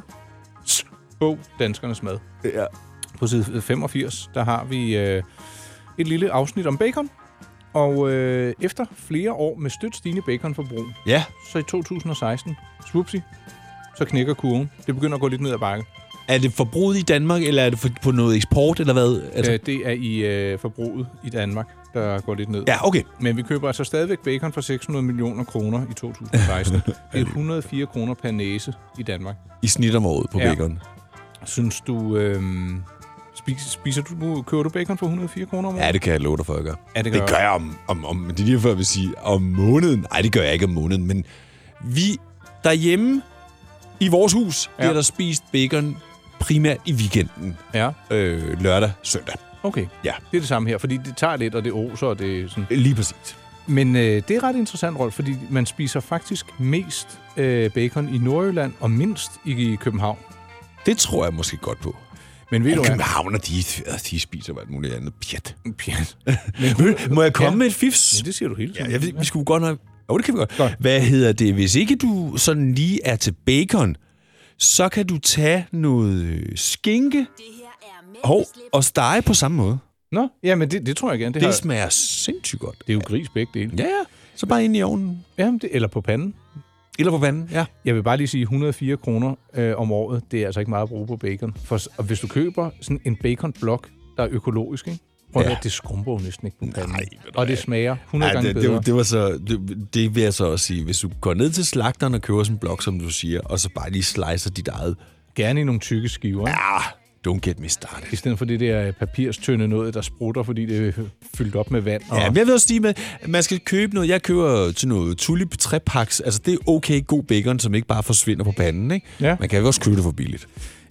[SPEAKER 3] bog Danskernes Mad.
[SPEAKER 2] Ja.
[SPEAKER 3] På side 85, der har vi øh, et lille afsnit om bacon. Og øh, efter flere år med stødt stigende baconforbrug,
[SPEAKER 2] Ja,
[SPEAKER 3] så i 2016, svupsi, så knækker kurven. Det begynder at gå lidt ned ad bakke.
[SPEAKER 2] er det forbruget i Danmark, eller er det for, på noget eksport, eller hvad? Altså,
[SPEAKER 3] Øh, det er i øh, forbruget i Danmark, der går lidt ned.
[SPEAKER 2] ja, okay.
[SPEAKER 3] Men vi køber altså stadigvæk bacon for 600 millioner kroner i 2016. det er 104 kroner per næse i Danmark.
[SPEAKER 2] I snit om året på
[SPEAKER 3] Ja.
[SPEAKER 2] ja. bacon.
[SPEAKER 3] Synes du... Øh, spiser, spiser du, nu køber du bacon for 104 kroner om året?
[SPEAKER 2] Ja, det kan jeg love dig for, at gøre.
[SPEAKER 3] Mm. Ja, det gør
[SPEAKER 2] Det gør jeg om, om, om det er lige før, jeg vil sige, om måneden. Nej, det gør jeg ikke om måneden, men vi derhjemme i vores hus,
[SPEAKER 3] Ja.
[SPEAKER 2] ja. bliver der spist bacon primært i weekenden.
[SPEAKER 3] Ja,
[SPEAKER 2] Øh, lørdag, søndag.
[SPEAKER 3] okay.
[SPEAKER 2] Ja.
[SPEAKER 3] Det er det samme her, fordi det tager lidt, og det oser, og det er sådan...
[SPEAKER 2] Lige præcis.
[SPEAKER 3] Men øh, det er ret interessant, Rolf, fordi man spiser faktisk mest øh, bacon i Nordjylland, og mindst i, i København.
[SPEAKER 2] Det tror jeg måske godt på.
[SPEAKER 3] Men ved
[SPEAKER 2] Men
[SPEAKER 3] du hvad?
[SPEAKER 2] Københavner, de, de spiser alt muligt andet. Pjat.
[SPEAKER 3] Pjat.
[SPEAKER 2] Men, Må jeg komme
[SPEAKER 3] Ja.
[SPEAKER 2] ja. med et fifs?
[SPEAKER 3] Ja, det siger du hele tiden.
[SPEAKER 2] Ja, jeg ved, vi skulle godt nok... Jo, det kan vi godt.
[SPEAKER 3] Godt.
[SPEAKER 2] godt. Hvad hedder det? Hvis ikke du sådan lige er til bacon, så kan du tage noget øh,
[SPEAKER 1] Det
[SPEAKER 2] skinke
[SPEAKER 1] her er Mænd
[SPEAKER 2] hov,
[SPEAKER 1] med slips.
[SPEAKER 2] og stege på samme måde.
[SPEAKER 3] Nå, ja, men det, det tror jeg gerne. Det, det,
[SPEAKER 2] Det
[SPEAKER 3] har,
[SPEAKER 2] smager sindssygt godt.
[SPEAKER 3] det er jo gris begge dele.
[SPEAKER 2] Ja, ja. Så bare ind i ovnen.
[SPEAKER 3] Jamen, det, eller på panden.
[SPEAKER 2] Eller på vanden. Ja.
[SPEAKER 3] Jeg vil bare lige sige, 104 kroner øh, om året, det er altså ikke meget at bruge på bacon. For, s- og hvis du køber sådan en baconblok, der er økologisk, ikke? Prøv ja.
[SPEAKER 2] Ja.
[SPEAKER 3] at høre, det skrumper jo næsten ikke på panden.
[SPEAKER 2] Nej, ved du
[SPEAKER 3] og det
[SPEAKER 2] hvad.
[SPEAKER 3] smager 100
[SPEAKER 2] Ja,
[SPEAKER 3] gange
[SPEAKER 2] det,
[SPEAKER 3] bedre.
[SPEAKER 2] det, det, var så, det, det vil jeg så også sige. Hvis du går ned til slagteren og køber sådan en blok, som du siger, og så bare lige slicer dit eget.
[SPEAKER 3] Gerne i nogle tykke skiver. Ja.
[SPEAKER 2] Ah, don't get me started.
[SPEAKER 3] I stedet for det der øh, papirstønde noget, der sprutter, fordi det er øh, fyldt op med vand. Og,
[SPEAKER 2] Ja, men jeg vil også sige, med, at man skal købe noget. Jeg køber til noget tulip trepaks. Altså, det er okay god bacon, som ikke bare forsvinder på panden, ikke?
[SPEAKER 3] Ja.
[SPEAKER 2] Man kan jo også købe det for billigt.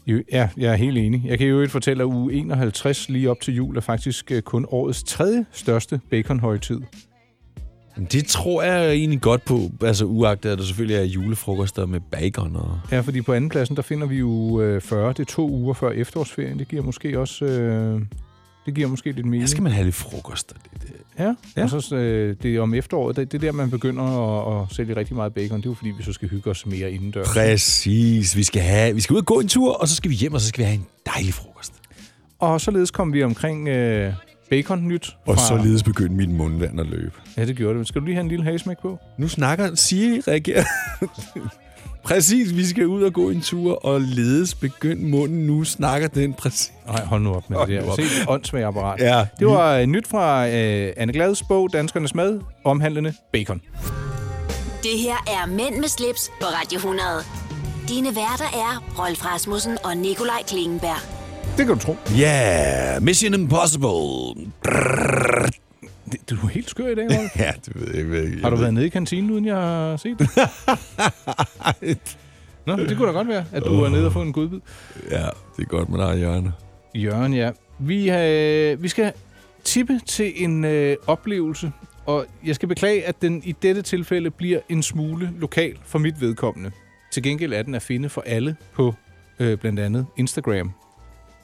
[SPEAKER 3] Jo, Ja, jeg er helt enig. Jeg kan jo ikke fortælle, at uge 51 lige op til jul er faktisk øh, kun årets tredje største baconhøjtid.
[SPEAKER 2] Men det tror jeg egentlig godt på. Altså, uagtet at der selvfølgelig er julefrokoster med bacon og...
[SPEAKER 3] Ja, fordi på andenpladsen, der finder vi jo øh, 40. Det er to uger før efterårsferien. Det giver måske også... Øh, det giver måske lidt mening.
[SPEAKER 2] Ja, skal man have lidt frokost. og lidt, øh.
[SPEAKER 3] Ja, ja.
[SPEAKER 2] Ja.
[SPEAKER 3] og så øh, det er om efteråret. Det, det er der, man begynder at, at sælge rigtig meget bacon. Det er jo fordi, vi så skal hygge os mere indendørs.
[SPEAKER 2] Præcis. Vi skal, have, vi skal ud og gå en tur, og så skal vi hjem, og så skal vi have en dejlig frokost.
[SPEAKER 3] Og således kom vi omkring øh, bacon-nyt.
[SPEAKER 2] Og
[SPEAKER 3] fra-
[SPEAKER 2] således begyndte mit mundvand at løbe.
[SPEAKER 3] Ja, det gjorde det. Skal du lige have en lille hagesmæk på?
[SPEAKER 2] Nu snakker Siri reagerer. præcis, vi skal ud og gå en tur, og ledes begynd munden. Nu snakker den præcis.
[SPEAKER 3] Nej, hold nu op med
[SPEAKER 2] Hold
[SPEAKER 3] det
[SPEAKER 2] nu
[SPEAKER 3] der.
[SPEAKER 2] op.
[SPEAKER 3] Se det åndssvage apparat.
[SPEAKER 2] Ja,
[SPEAKER 3] Det var øh, nyt fra øh, Anne Glads bog, Danskernes Mad, omhandlende bacon.
[SPEAKER 1] Det her er Mænd med slips på Radio 100. Dine værter er Rolf Rasmussen og Nikolaj Klingenberg.
[SPEAKER 3] Det kan du tro.
[SPEAKER 2] Yeah, Mission Impossible.
[SPEAKER 3] Det, du er helt skør i dag, Rolf.
[SPEAKER 2] Ja, det ved jeg ikke. Jeg
[SPEAKER 3] Har du
[SPEAKER 2] ved-
[SPEAKER 3] været nede i kantinen, uden jeg har set det? Nå, det kunne da godt være, at du er nede og få en godbid.
[SPEAKER 2] Ja, det er godt med dig, Jørgen.
[SPEAKER 3] Jørgen, ja. Vi, øh, vi skal tippe til en øh, oplevelse, og jeg skal beklage, at den i dette tilfælde bliver en smule lokal for mit vedkommende. Til gengæld er den at finde for alle på øh, blandt andet Instagram.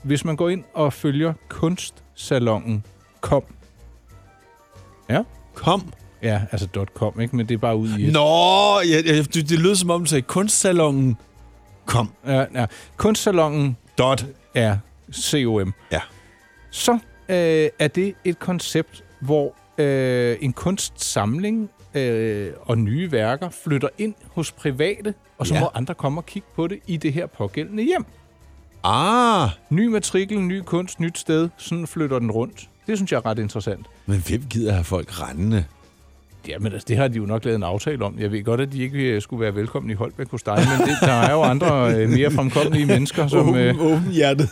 [SPEAKER 3] Hvis man går ind og følger kunstsalongen Kom, Ja.
[SPEAKER 2] Kom.
[SPEAKER 3] Ja, altså .com, ikke? Men det er bare ud i... et.
[SPEAKER 2] Nå, jeg, jeg, det, det lød som om, du sagde kunstsalongen. Kom.
[SPEAKER 3] Ja, ja. Kunstsalongen
[SPEAKER 2] Dot.
[SPEAKER 3] er COM.
[SPEAKER 2] Ja.
[SPEAKER 3] Så øh, er det et koncept, hvor øh, en kunstsamling øh, og nye værker flytter ind hos private, og så
[SPEAKER 2] Ja.
[SPEAKER 3] ja. må andre komme og kigge på det i det her pågældende hjem.
[SPEAKER 2] Ah,
[SPEAKER 3] Ny matrikel, ny kunst, nyt sted. Sådan flytter den rundt. Det synes jeg er ret interessant.
[SPEAKER 2] men hvem gider have folk rendende?
[SPEAKER 3] Jamen, altså, det har de jo nok lavet en aftale om. Jeg ved godt, at de ikke øh, skulle være velkommen i Holbæk hos dig, men det, der er jo andre øh, mere fremkommelige mennesker, som... Øh,
[SPEAKER 2] åben hjertet.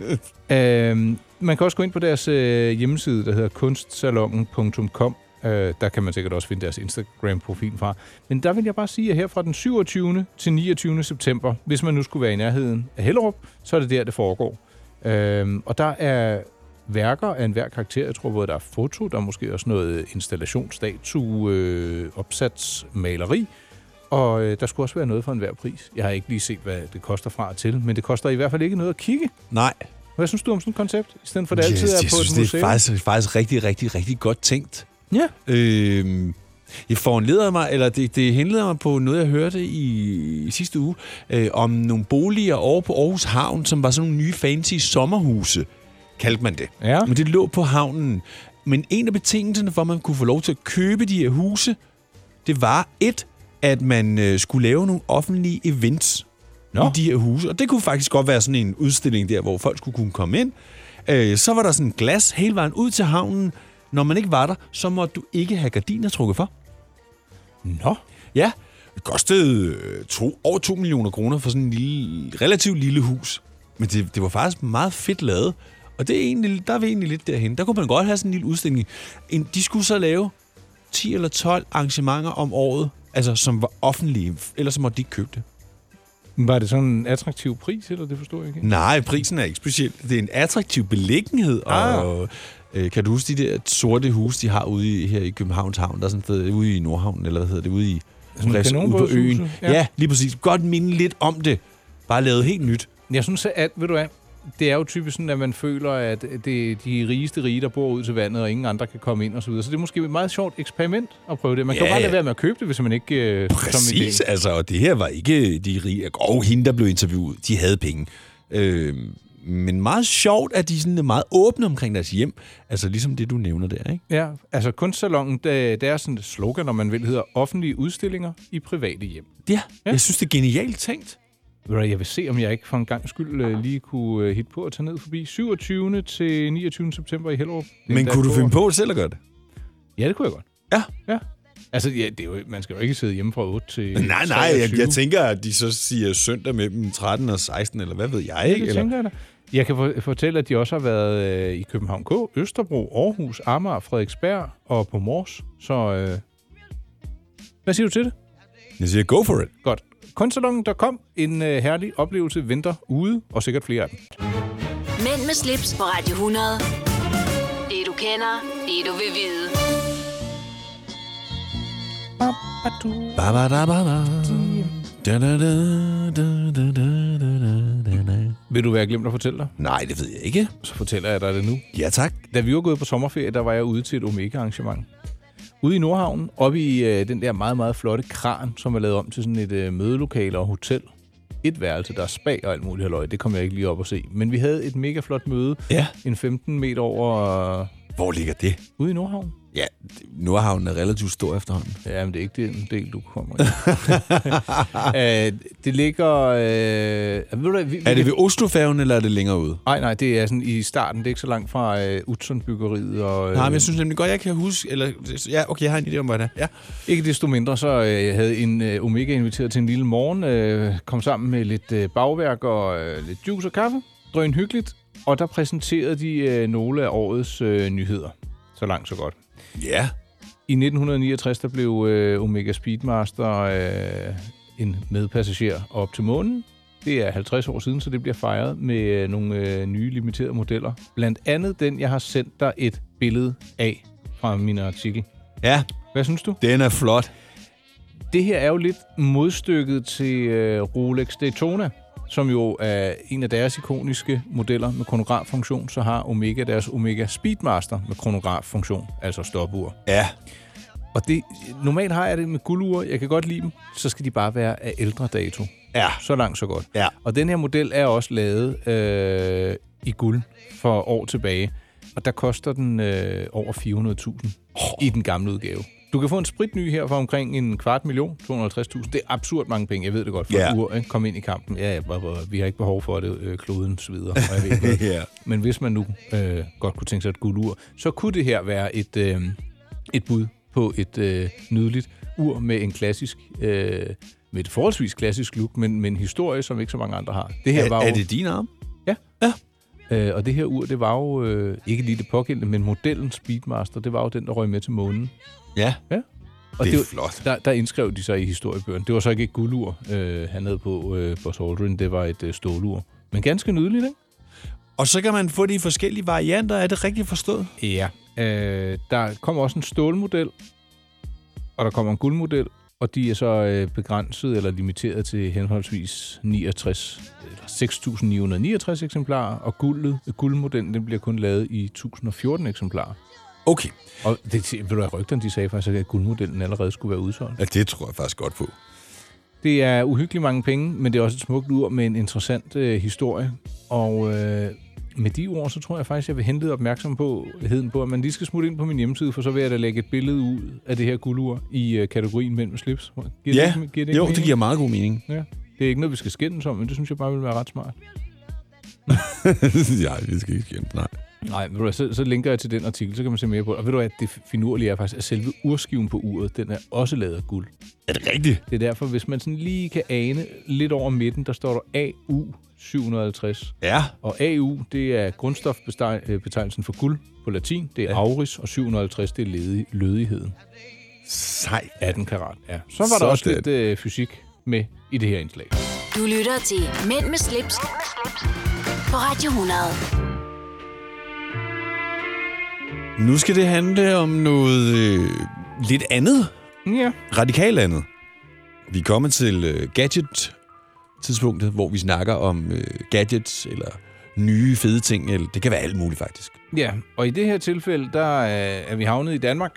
[SPEAKER 3] Øh, man kan også gå ind på deres øh, hjemmeside, der hedder kunstsalongen.com. Øh, der kan man sikkert også finde deres Instagram-profil fra. Men der vil jeg bare sige, at her fra den 27. til 29. september, hvis man nu skulle være i nærheden af Hellerup, så er det der, det foregår. Øh, og der er værker af enhver karakter. Jeg tror både, der er foto, der er måske også noget installation, statue, øh, opsats, maleri. Og øh, der skulle også være noget for enhver pris. Jeg har ikke lige set, hvad det koster fra og til, men det koster i hvert fald ikke noget at kigge.
[SPEAKER 2] Nej.
[SPEAKER 3] Hvad synes du om sådan et koncept, i stedet for at det altid er
[SPEAKER 2] jeg
[SPEAKER 3] på
[SPEAKER 2] synes,
[SPEAKER 3] et
[SPEAKER 2] det
[SPEAKER 3] museum?
[SPEAKER 2] er faktisk, faktisk rigtig, rigtig, rigtig godt tænkt.
[SPEAKER 3] Ja.
[SPEAKER 2] Øhm, jeg foranleder mig, eller det, det henleder mig på noget, jeg hørte i, i sidste uge, øh, om nogle boliger over på Aarhus Havn, som var sådan nogle nye fancy sommerhuse, kaldte man det.
[SPEAKER 3] Ja.
[SPEAKER 2] Men det lå på havnen. Men en af betingelserne for, at man kunne få lov til at købe de her huse, det var et, at man øh, skulle lave nogle offentlige events Nå. i de her huse. Og det kunne faktisk godt være sådan en udstilling der, hvor folk skulle kunne komme ind. Øh, så var der sådan glas hele vejen ud til havnen. Når man ikke var der, så måtte du ikke have gardiner trukket for.
[SPEAKER 3] Nå.
[SPEAKER 2] Ja, det kostede øh, to, over 2 millioner kroner for sådan en lille, relativt lille hus. Men det, det var faktisk meget fedt lavet. Og det er egentlig, der er vi egentlig lidt derhen. Der kunne man godt have sådan en lille udstilling. En, de skulle så lave 10 eller 12 arrangementer om året, altså som var offentlige, ellers måtte de ikke købe det.
[SPEAKER 3] Var det sådan en attraktiv pris, eller det forstod jeg ikke?
[SPEAKER 2] Nej, prisen er ikke speciel. Det er en attraktiv beliggenhed, ah. og øh, kan du huske de der sorte huse, de har ude i, her i Københavns Havn? Der er sådan et sted ude i Nordhavn, eller hvad hedder det, ude i
[SPEAKER 3] Sådan
[SPEAKER 2] Rest- ude på
[SPEAKER 3] kanonbådshuse,
[SPEAKER 2] øen. Ja.
[SPEAKER 3] ja.
[SPEAKER 2] ja, lige præcis. Godt minde lidt om det. Bare lavet helt nyt.
[SPEAKER 3] Jeg synes, at ved du hvad, det er jo typisk sådan, at man føler, at det er de rigeste rige, der bor ud til vandet, og ingen andre kan komme ind og så videre. Så det er måske et meget sjovt eksperiment at prøve det. Man kan
[SPEAKER 2] Ja,
[SPEAKER 3] jo bare lade
[SPEAKER 2] ja.
[SPEAKER 3] være med at købe det, hvis man ikke... Øh,
[SPEAKER 2] Præcis,
[SPEAKER 3] Som idé.
[SPEAKER 2] altså. Og det her var ikke de rige. Og hende, der blev interviewet, de havde penge. Øh, men meget sjovt, at de sådan er meget åbne omkring deres hjem. Altså ligesom det, du nævner der, ikke?
[SPEAKER 3] Ja, altså kunstsalongen, det, det er sådan et slogan, når man vil, hedder offentlige udstillinger i private hjem.
[SPEAKER 2] Ja,
[SPEAKER 3] Ja.
[SPEAKER 2] jeg synes, det er genialt tænkt.
[SPEAKER 3] Ved du hvad, Jeg vil se, om jeg ikke for en gang skyld øh, lige kunne øh, hitte på at tage ned forbi 27. til 29. september i Hellerup. Det er
[SPEAKER 2] Men
[SPEAKER 3] endda
[SPEAKER 2] kunne du
[SPEAKER 3] på-
[SPEAKER 2] finde på selv at gøre det?
[SPEAKER 3] Ja, det kunne jeg godt.
[SPEAKER 2] Ja.
[SPEAKER 3] Ja. Altså, ja, det er jo, man skal jo ikke sidde hjemme fra 8 til
[SPEAKER 2] Nej, nej, jeg,
[SPEAKER 3] 23.
[SPEAKER 2] jeg tænker, at de så siger søndag mellem 13 og 16, eller hvad ved jeg,
[SPEAKER 3] Ja,
[SPEAKER 2] ikke?
[SPEAKER 3] det
[SPEAKER 2] Eller,
[SPEAKER 3] tænker jeg da. Jeg kan for- fortælle, at de også har været øh, i København K, Østerbro, Aarhus, Amager, Frederiksberg og på Mors. Så øh, hvad siger du til det?
[SPEAKER 2] jeg siger, go for it.
[SPEAKER 3] Godt. Kunstsalongen.com. En øh, herlig oplevelse venter ude, og sikkert flere af dem.
[SPEAKER 1] Mænd med slips på Radio 100. Det du kender, det du vil vide.
[SPEAKER 2] Ba, ba, da, ba, ba. Da, da, da, da, da, da, da, da, da, da.
[SPEAKER 3] Vil du være glemt at fortælle dig?
[SPEAKER 2] Nej, det ved jeg ikke.
[SPEAKER 3] Så fortæller jeg dig det nu.
[SPEAKER 2] Ja, tak.
[SPEAKER 3] Da vi var gået på sommerferie, der var jeg ude til et Omega-arrangement. Ude i Nordhavnen, oppe i øh, den der meget, meget flotte kran, som er lavet om til sådan et øh, mødelokale og hotel. Et værelse, der er spa og alt muligt halløj. Det kom jeg ikke lige op og se. Men vi havde et mega flot møde,
[SPEAKER 2] Ja.
[SPEAKER 3] en 15 meter over øh,
[SPEAKER 2] Hvor ligger det?
[SPEAKER 3] ude i Nordhavn.
[SPEAKER 2] Ja, det- Nordhavn er relativt stor efterhånden.
[SPEAKER 3] Ja, men det er ikke den del, du kommer i. øh, det ligger... Øh, ved du, hvad, vi, vi
[SPEAKER 2] Er det
[SPEAKER 3] kan-
[SPEAKER 2] ved Oslofærgen, eller er det længere ude?
[SPEAKER 3] Nej, nej, det er sådan i starten. Det er ikke så langt fra øh, Utzon-byggeriet. Og, øh,
[SPEAKER 2] Nej, men jeg synes nemlig godt, jeg kan huske... Eller, ja, okay, jeg har en idé om, hvad det er. Ja.
[SPEAKER 3] Ikke desto mindre, så øh, havde en øh, Omega inviteret til en lille morgen, øh, kom sammen med lidt øh, bagværk og øh, lidt juice og kaffe, drøn hyggeligt, og der præsenterede de øh, nogle af årets øh, nyheder. Så langt, så godt.
[SPEAKER 2] ja.
[SPEAKER 3] I 1969, der blev øh, Omega Speedmaster øh, en medpassager op til månen. Det er 50 år siden, så det bliver fejret med øh, nogle øh, nye limiterede modeller. Blandt andet den, jeg har sendt dig et billede af fra min artikel.
[SPEAKER 2] Ja,
[SPEAKER 3] Hvad synes du?
[SPEAKER 2] den er flot.
[SPEAKER 3] det her er jo lidt modstykket til øh, Rolex Daytona. som jo er en af deres ikoniske modeller med kronograffunktion, så har Omega deres Omega Speedmaster med kronograffunktion, altså stopur.
[SPEAKER 2] Ja.
[SPEAKER 3] Og det, normalt har jeg det med guldure, jeg kan godt lide dem, så skal de bare være af ældre dato.
[SPEAKER 2] Ja.
[SPEAKER 3] Så langt, så godt.
[SPEAKER 2] Ja.
[SPEAKER 3] Og den her model er også lavet øh, i guld for år tilbage, og der koster den øh, over 400.000 i den gamle udgave. Du kan få en spritny her for omkring en kvart million, 250.000. Det er absurd mange penge, jeg ved det godt, for
[SPEAKER 2] Ja.
[SPEAKER 3] yeah. et ur, ikke? kom ind i kampen. Ja, ja, bare, bare, vi har ikke behov for det, øh, klodens videre, og jeg ved ikke hvad.
[SPEAKER 2] Ja.
[SPEAKER 3] Men hvis man nu øh, godt kunne tænke sig et guldur, så kunne det her være et, øh, et bud på et øh, nydeligt ur med en klassisk, øh, med et forholdsvis klassisk look, men med en historie, som ikke så mange andre har. Det her
[SPEAKER 2] Er,
[SPEAKER 3] var jo,
[SPEAKER 2] er det din arm?
[SPEAKER 3] øh, og det her ur, det var jo øh, ikke lige det pågældende, men modellen Speedmaster, det var jo den, der røg med til månen.
[SPEAKER 2] Ja.
[SPEAKER 3] Og
[SPEAKER 2] Det er
[SPEAKER 3] var-
[SPEAKER 2] flot.
[SPEAKER 3] Der, der indskrev de sig i historiebøgerne. Det var så ikke et guldur, øh, han havde på øh, Buzz Aldrin, det var et øh, stålur. Men ganske nydeligt, ikke?
[SPEAKER 2] Og så kan man få de forskellige varianter. Er det rigtigt forstået?
[SPEAKER 3] Ja. Øh, der kommer også en stålmodel, og der kommer en guldmodel, og de er så øh, begrænset eller limiteret til henholdsvis 69, eller 6.969 eksemplarer, og guldet, guldmodellen den bliver kun lavet i 1.014 eksemplarer.
[SPEAKER 2] Okay.
[SPEAKER 3] Og det, ved du hvad, rygterne de sagde faktisk, at guldmodellen allerede skulle være udsolgt.
[SPEAKER 2] Ja, det tror jeg faktisk godt på.
[SPEAKER 3] Det er uhyggeligt mange penge, men det er også et smukt ur med en interessant øh, historie. Og øh, med de ord, så tror jeg faktisk, jeg vil henlede opmærksomheden på, at man lige skal smutte ind på min hjemmeside, for så vil jeg da lægge et billede ud af det her guldur i øh, kategorien mænd med slips. Giver det
[SPEAKER 2] Ja,
[SPEAKER 3] ikke- giver det ikke
[SPEAKER 2] jo, det
[SPEAKER 3] mening?
[SPEAKER 2] giver meget god mening.
[SPEAKER 3] Ja. Det er ikke noget, vi skal skændes om, men det synes jeg bare vil være ret smart.
[SPEAKER 2] ja, vi skal ikke hjem. Nej.
[SPEAKER 3] Nej, ved du hvad, så, så linker jeg til den artikel, så kan man se mere på det. Og ved du hvad, det finurlige er faktisk, at selve urskiven på uret, den er også lavet af guld.
[SPEAKER 2] Er det rigtigt?
[SPEAKER 3] Det er derfor, hvis man sådan lige kan ane lidt over midten, der står der AU 750.
[SPEAKER 2] Ja.
[SPEAKER 3] Og AU, det er grundstofbetegnelsen for guld på latin. Det er auris, og 750, det er ledig, lødigheden.
[SPEAKER 2] Sejt.
[SPEAKER 3] 18 karat, ja. Så var Sådan. der også
[SPEAKER 2] Sådan.
[SPEAKER 3] lidt øh, fysik med i det her indslag.
[SPEAKER 1] Du lytter til Mænd med slips, på Radio 100.
[SPEAKER 2] Nu skal det handle om noget øh, lidt andet.
[SPEAKER 3] Ja.
[SPEAKER 2] Radikalt andet. Vi er kommet til øh, gadget-tidspunktet, hvor vi snakker om øh, gadgets eller nye fede ting. Eller, det kan være alt muligt, faktisk.
[SPEAKER 3] ja, og i det her tilfælde, der øh, er vi havnet i Danmark.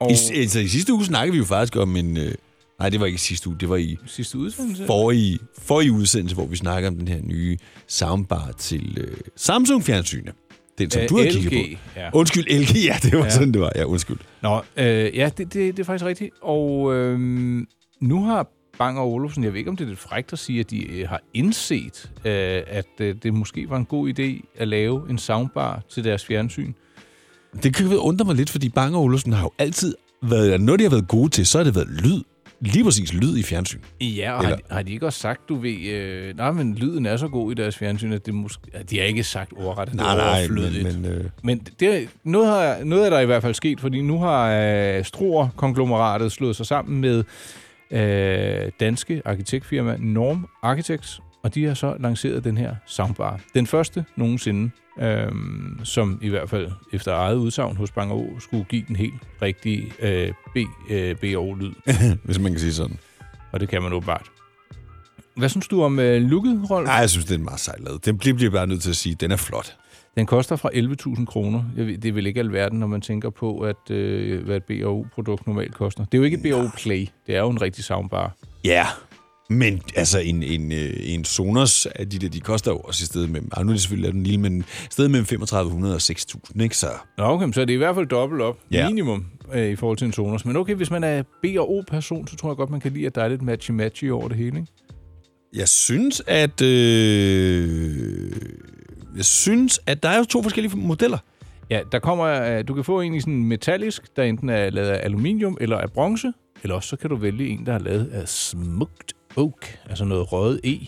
[SPEAKER 3] Og
[SPEAKER 2] I, altså, I sidste uge snakkede vi jo faktisk om en... Øh, nej, det var ikke sidste uge. Det var i
[SPEAKER 3] sidste udsendelse.
[SPEAKER 2] forrige, forrige udsendelse, hvor vi snakker om den her nye soundbar til øh, Samsung-fjernsynet. Den, som
[SPEAKER 3] Øh,
[SPEAKER 2] du har
[SPEAKER 3] LG,
[SPEAKER 2] kigget på.
[SPEAKER 3] ja.
[SPEAKER 2] Undskyld, LG. Ja, det var
[SPEAKER 3] Ja.
[SPEAKER 2] ja. sådan, det var. Ja, undskyld.
[SPEAKER 3] Nå, øh, ja, det, det, det er faktisk rigtigt. Og øh, nu har Bang og Olufsen, jeg ved ikke, om det er lidt frækt at sige, at de øh, har indset, øh, at øh, det måske var en god idé at lave en soundbar til deres fjernsyn.
[SPEAKER 2] Det kan undre mig lidt, fordi Bang og Olufsen har jo altid været... eller Noget, de har været gode til, så har det været lyd. Lige præcis lyd i fjernsyn.
[SPEAKER 3] Ja, og har,
[SPEAKER 2] Eller-
[SPEAKER 3] de- har de ikke også sagt, du ved, øh, nej, men lyden er så god i deres fjernsyn, at det måske, at de har ikke sagt ordret, at det er overflødigt.
[SPEAKER 2] men, øh,
[SPEAKER 3] Men det, noget, har, noget er der i hvert fald sket, fordi nu har øh, Struer-konglomeratet slået sig sammen med øh, danske arkitektfirma Norm Architects, og de har så lanceret den her soundbar. Den første nogensinde, øh, som i hvert fald efter eget udsagn hos Bang O, skulle give den helt rigtige øh, B, øh, BO-lyd,
[SPEAKER 2] hvis man kan sige sådan.
[SPEAKER 3] og det kan man åbenbart. Hvad synes du om øh, looket, Rolf?
[SPEAKER 2] Nej, jeg synes, det er en meget sej lavet. Den bliver bliver jeg bare nødt til at sige, den er flot.
[SPEAKER 3] Den koster fra 11.000 kroner. Jeg ved, Det er vel ikke alverden, når man tænker på, at, øh, hvad et BAU-produkt normalt koster. Det er jo ikke et BAU Play. Det er jo en rigtig soundbar.
[SPEAKER 2] Ja, men altså en, en, øh, en Sonos, af de der, de koster jo også i stedet med, ah, nu er det selvfølgelig den lille, men i stedet mellem 3500 og 6000, ikke? Så
[SPEAKER 3] Nå, okay, så er det i hvert fald dobbelt op.
[SPEAKER 2] Ja.
[SPEAKER 3] Minimum øh, i forhold til en Sonos. Men okay, hvis man er BAU-person, så tror jeg godt, man kan lide, at der er lidt matchy-matchy over det hele. Ikke?
[SPEAKER 2] jeg synes, at... Øh, jeg synes, at der er jo to forskellige modeller.
[SPEAKER 3] Ja, der kommer, øh, du kan få en i sådan metallisk, der enten er lavet af aluminium eller af bronze. Eller også så kan du vælge en, der er lavet af smukt oak, altså noget røget E.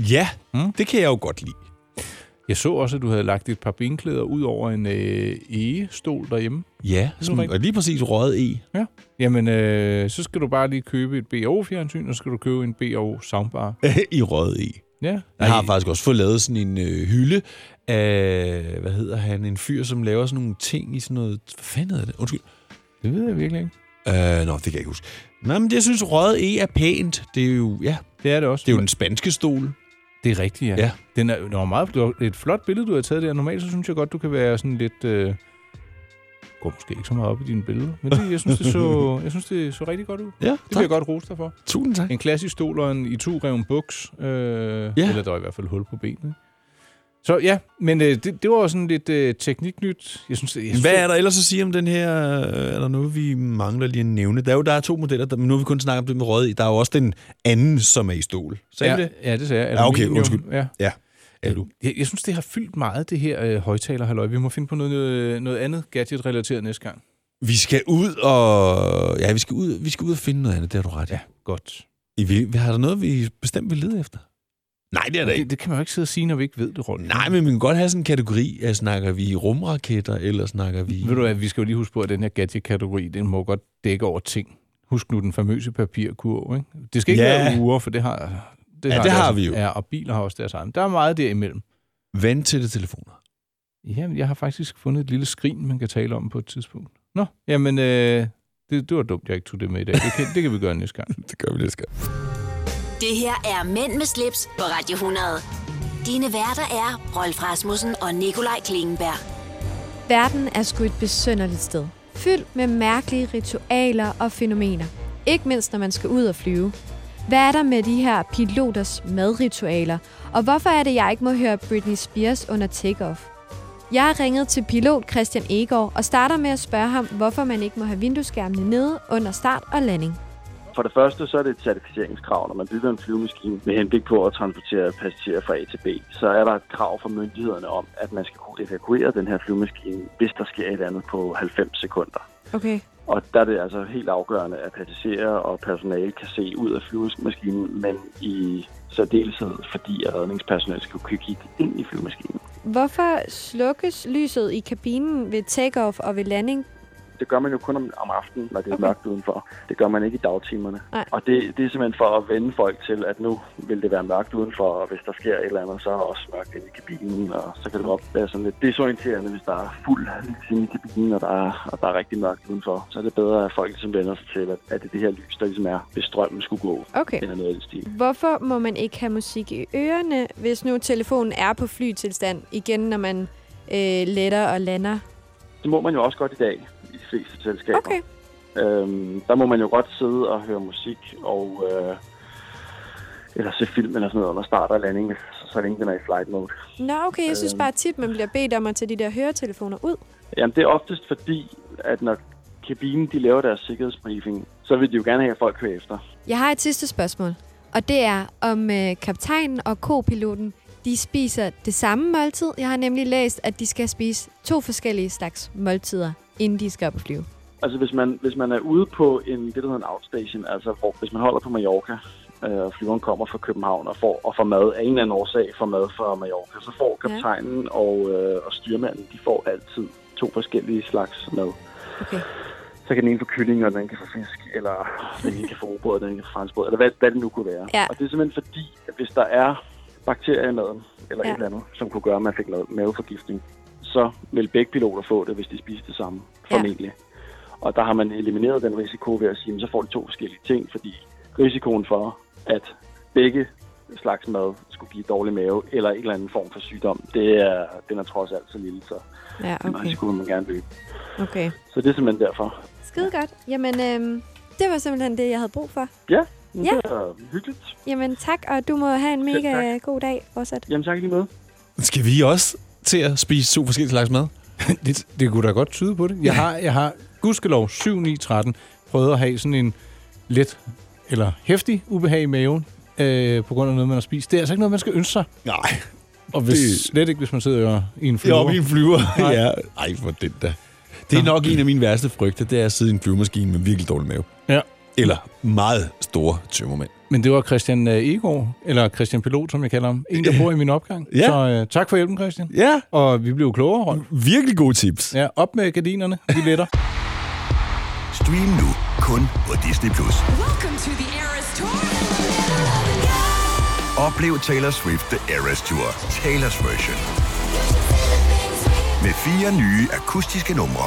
[SPEAKER 2] Ja,
[SPEAKER 3] Mm.
[SPEAKER 2] mm. det kan jeg jo godt lide.
[SPEAKER 3] Jeg så også, at du havde lagt et par benklæder ud over en øh, egestol derhjemme.
[SPEAKER 2] Ja,
[SPEAKER 3] er
[SPEAKER 2] som,
[SPEAKER 3] rigtigt.
[SPEAKER 2] og lige præcis røget E. i.
[SPEAKER 3] Ja. Jamen, øh, så skal du bare lige købe et BO-fjernsyn, og så skal du købe en BO-soundbar.
[SPEAKER 2] I røget i.
[SPEAKER 3] Ja.
[SPEAKER 2] Jeg har faktisk også fået lavet sådan en øh, hylde af, hvad hedder han, en fyr, som laver sådan nogle ting i sådan noget, hvad fanden hedder det? Undskyld.
[SPEAKER 3] Det ved jeg virkelig ikke.
[SPEAKER 2] Øh, nå, det kan jeg ikke huske. Nå, men jeg synes, røget E er pænt. Det er jo, ja,
[SPEAKER 3] Det er det også.
[SPEAKER 2] det er jo den spanske stol.
[SPEAKER 3] Det er rigtigt, ja.
[SPEAKER 2] Ja.
[SPEAKER 3] Den er, den var meget, det var et flot billede, du har taget der. Normalt så synes jeg godt, du kan være sådan lidt... Øh, går måske ikke så meget op i dine billeder, men det, jeg, synes, det så, jeg synes, det så rigtig godt ud. Det
[SPEAKER 2] Ja,
[SPEAKER 3] vil jeg
[SPEAKER 2] tak.
[SPEAKER 3] godt rose dig for.
[SPEAKER 2] Tusind tak.
[SPEAKER 3] En klassisk stol og en i to revn buks. Øh, ja.
[SPEAKER 2] Ja.
[SPEAKER 3] Eller der var i hvert fald hul på benet. Så ja, men øh, det, det var sådan lidt øh, tekniknyt. Jeg synes, jeg synes,
[SPEAKER 2] Hvad er der ellers at sige om den her? øh, Er der noget, vi mangler lige at nævne? Der er jo der er to modeller, der, men nu har vi kun snakket om det med rød i. Der er jo også den anden, som er i stol. Sagde
[SPEAKER 3] ja,
[SPEAKER 2] ja. det?
[SPEAKER 3] Ja, det sagde jeg.
[SPEAKER 2] Ja, okay,
[SPEAKER 3] Aluminium,
[SPEAKER 2] undskyld.
[SPEAKER 3] Ja.
[SPEAKER 2] Ja. Er du?
[SPEAKER 3] Jeg, jeg synes, det har fyldt meget, det her øh, højtalerhalløj. Vi må finde på noget, noget, noget andet gadget-relateret næste gang.
[SPEAKER 2] Vi skal ud og... Ja, vi skal ud, vi skal ud og finde noget andet, det har du ret i.
[SPEAKER 3] Ja, godt.
[SPEAKER 2] I vil- Har der noget, vi bestemt vil lede efter? Nej, det er der ikke.
[SPEAKER 3] Det, det kan man jo ikke sidde og sige, når vi ikke ved det, Rolf.
[SPEAKER 2] Nej, men vi kan godt have sådan en kategori, at snakker vi rumraketter, eller snakker vi...
[SPEAKER 3] Ved du hvad, vi skal jo lige huske på, at den her gadget-kategori, den må godt dække over ting. Husk nu den famøse papirkurv, ikke? Det skal ikke
[SPEAKER 2] Ja.
[SPEAKER 3] ja. være uger, for det har... Det
[SPEAKER 2] Ja, det
[SPEAKER 3] deres-
[SPEAKER 2] har vi jo.
[SPEAKER 3] Ja, og biler har også deres egen. Der er meget derimellem.
[SPEAKER 2] Vandtætte telefoner.
[SPEAKER 3] Jamen, jeg har faktisk fundet et lille skrin, man kan tale om på et tidspunkt. Nå, jamen, øh, det, det var dumt, jeg ikke tog det med i dag. Det kan, det kan vi gøre næste gang.
[SPEAKER 2] Det gør vi næste gang.
[SPEAKER 1] Det her er Mænd med slips på Radio 100. Dine værter er Rolf Rasmussen og Nikolaj Klingenberg.
[SPEAKER 7] Verden er sgu et besønderligt sted. Fyldt med mærkelige ritualer og fænomener. Ikke mindst, når man skal ud og flyve. Hvad er der med de her piloters madritualer? Og hvorfor er det, jeg ikke må høre Britney Spears under takeoff? Jeg har ringet til pilot Christian Egård og starter med at spørge ham, hvorfor man ikke må have vinduesskærmene nede under start og landing.
[SPEAKER 8] For det første, så er det et certificeringskrav, når man bygger en flyvemaskine med henblik på at transportere passagerer fra A til B. Så er der et krav fra myndighederne om, at man skal kunne evakuere den her flyvemaskine, hvis der sker et eller andet på 90 sekunder.
[SPEAKER 7] Okay.
[SPEAKER 8] Og der er det altså helt afgørende, at passagerer og personale kan se ud af flyvemaskinen, men i særdeleshed, fordi at redningspersonale skal kunne kigge ind i flyvemaskinen.
[SPEAKER 7] Hvorfor slukkes lyset i kabinen ved takeoff og ved landing?
[SPEAKER 8] Det gør man jo kun om, om aftenen, når det er
[SPEAKER 7] Okay.
[SPEAKER 8] okay. mørkt udenfor. Det gør man ikke i dagtimerne.
[SPEAKER 7] Nej.
[SPEAKER 8] Og det, det er simpelthen for at vende folk til, at nu vil det være mørkt udenfor, og hvis der sker et eller andet, så er der også mørkt inde i kabinen, og så kan det godt være sådan lidt desorienterende, hvis der er fuld lys inde i kabinen, og der er, og der er rigtig mørkt udenfor. Så er det bedre, at folk ligesom vender sig til, at, at det er det her lys, der ligesom er, hvis strømmen skulle gå,
[SPEAKER 7] Okay.
[SPEAKER 8] eller noget i den stil.
[SPEAKER 7] Hvorfor må man ikke have musik i ørerne, hvis nu telefonen er på flytilstand igen, når man øh, letter og lander?
[SPEAKER 8] Det må man jo også godt i dag i de fleste selskaber.
[SPEAKER 7] Okay,
[SPEAKER 8] Øhm, der må man jo godt sidde og høre musik og øh, eller se film eller sådan noget under start og landing, så, så længe den er i flight mode.
[SPEAKER 7] nå okay, jeg synes
[SPEAKER 8] Øhm.
[SPEAKER 7] bare tit, man bliver bedt om at tage de der høretelefoner ud.
[SPEAKER 8] Jamen, det er oftest fordi, at når kabinen de laver deres sikkerhedsbriefing, så vil de jo gerne have, at folk hører efter.
[SPEAKER 7] Jeg har et sidste spørgsmål, og det er, om øh, kaptajnen og kopiloten, de spiser det samme måltid. Jeg har nemlig læst, at de skal spise to forskellige slags måltider, inden de skal op og flyve.
[SPEAKER 8] Altså, hvis man, hvis man er ude på en, det, der hedder en outstation, altså hvor, hvis man holder på Mallorca, øh, og flyveren kommer fra København og får, og får mad af en eller anden årsag, får mad fra Mallorca, så får
[SPEAKER 7] Ja.
[SPEAKER 8] kaptajnen og, øh, og styrmanden, de får altid to forskellige slags mad.
[SPEAKER 7] Okay.
[SPEAKER 8] Så kan den ene få kylling, og den anden kan få fisk, eller den ene kan få robrød, og den anden kan få franskbrød, eller hvad, hvad det nu kunne være.
[SPEAKER 7] Ja.
[SPEAKER 8] Og det er simpelthen fordi, at hvis der er bakterier i maden, eller
[SPEAKER 7] Ja.
[SPEAKER 8] ja. et eller andet, som kunne gøre, at man fik noget maveforgiftning, så vil begge piloter få det, hvis de spiser det samme,
[SPEAKER 7] Ja.
[SPEAKER 8] formentlig. Og der har man elimineret den risiko ved at sige, at så får de to forskellige ting, fordi risikoen for, at begge slags mad skulle give dårlig mave, eller en eller anden form for sygdom, det er, den er trods alt så lille, så
[SPEAKER 7] Ja,
[SPEAKER 8] den risiko vil man gerne løbe.
[SPEAKER 7] okay.
[SPEAKER 8] Så det er simpelthen derfor.
[SPEAKER 7] Skide godt. Jamen, øh, det var simpelthen det, jeg havde brug for.
[SPEAKER 8] Ja, ja.
[SPEAKER 7] Ja.
[SPEAKER 8] det er hyggeligt.
[SPEAKER 7] Jamen tak, og du må have en
[SPEAKER 8] Selv
[SPEAKER 7] mega god dag fortsat.
[SPEAKER 8] Jamen tak i lige med.
[SPEAKER 2] Skal vi også til at spise to forskellige slags mad?
[SPEAKER 3] Det, det kunne da godt tyde på det. Jeg har, jeg har gudskelov 7 9 13 prøvet at have sådan en let eller hæftig ubehag i maven øh, på grund af noget, man har spist. Det er altså ikke noget, man skal ønske sig.
[SPEAKER 2] Nej.
[SPEAKER 3] Og hvis,
[SPEAKER 2] Det-
[SPEAKER 3] det... slet ikke, hvis man sidder i en
[SPEAKER 2] Jeg er
[SPEAKER 3] flyver.
[SPEAKER 2] oppe i en flyver. ja. Ej, for den da. Det er nok en af mine værste frygter, det er at sidde i en flyvemaskine med virkelig dårlig mave.
[SPEAKER 3] Ja.
[SPEAKER 2] Eller meget store tømmermænd.
[SPEAKER 3] Men det var Christian øh, Egård, eller Christian Pilot, som jeg kalder ham. En, der bor i min opgang.
[SPEAKER 2] Ja.
[SPEAKER 3] Så øh, tak for hjælpen, Christian.
[SPEAKER 2] Ja.
[SPEAKER 3] Og vi blev klogere, Rolf.
[SPEAKER 2] Virkelig gode tips.
[SPEAKER 3] Ja, op med gardinerne. Vi letter.
[SPEAKER 9] Stream nu kun på Disney+. Plus. Oplev Taylor Swift The Eras Tour, Taylor's version. Med fire nye akustiske numre.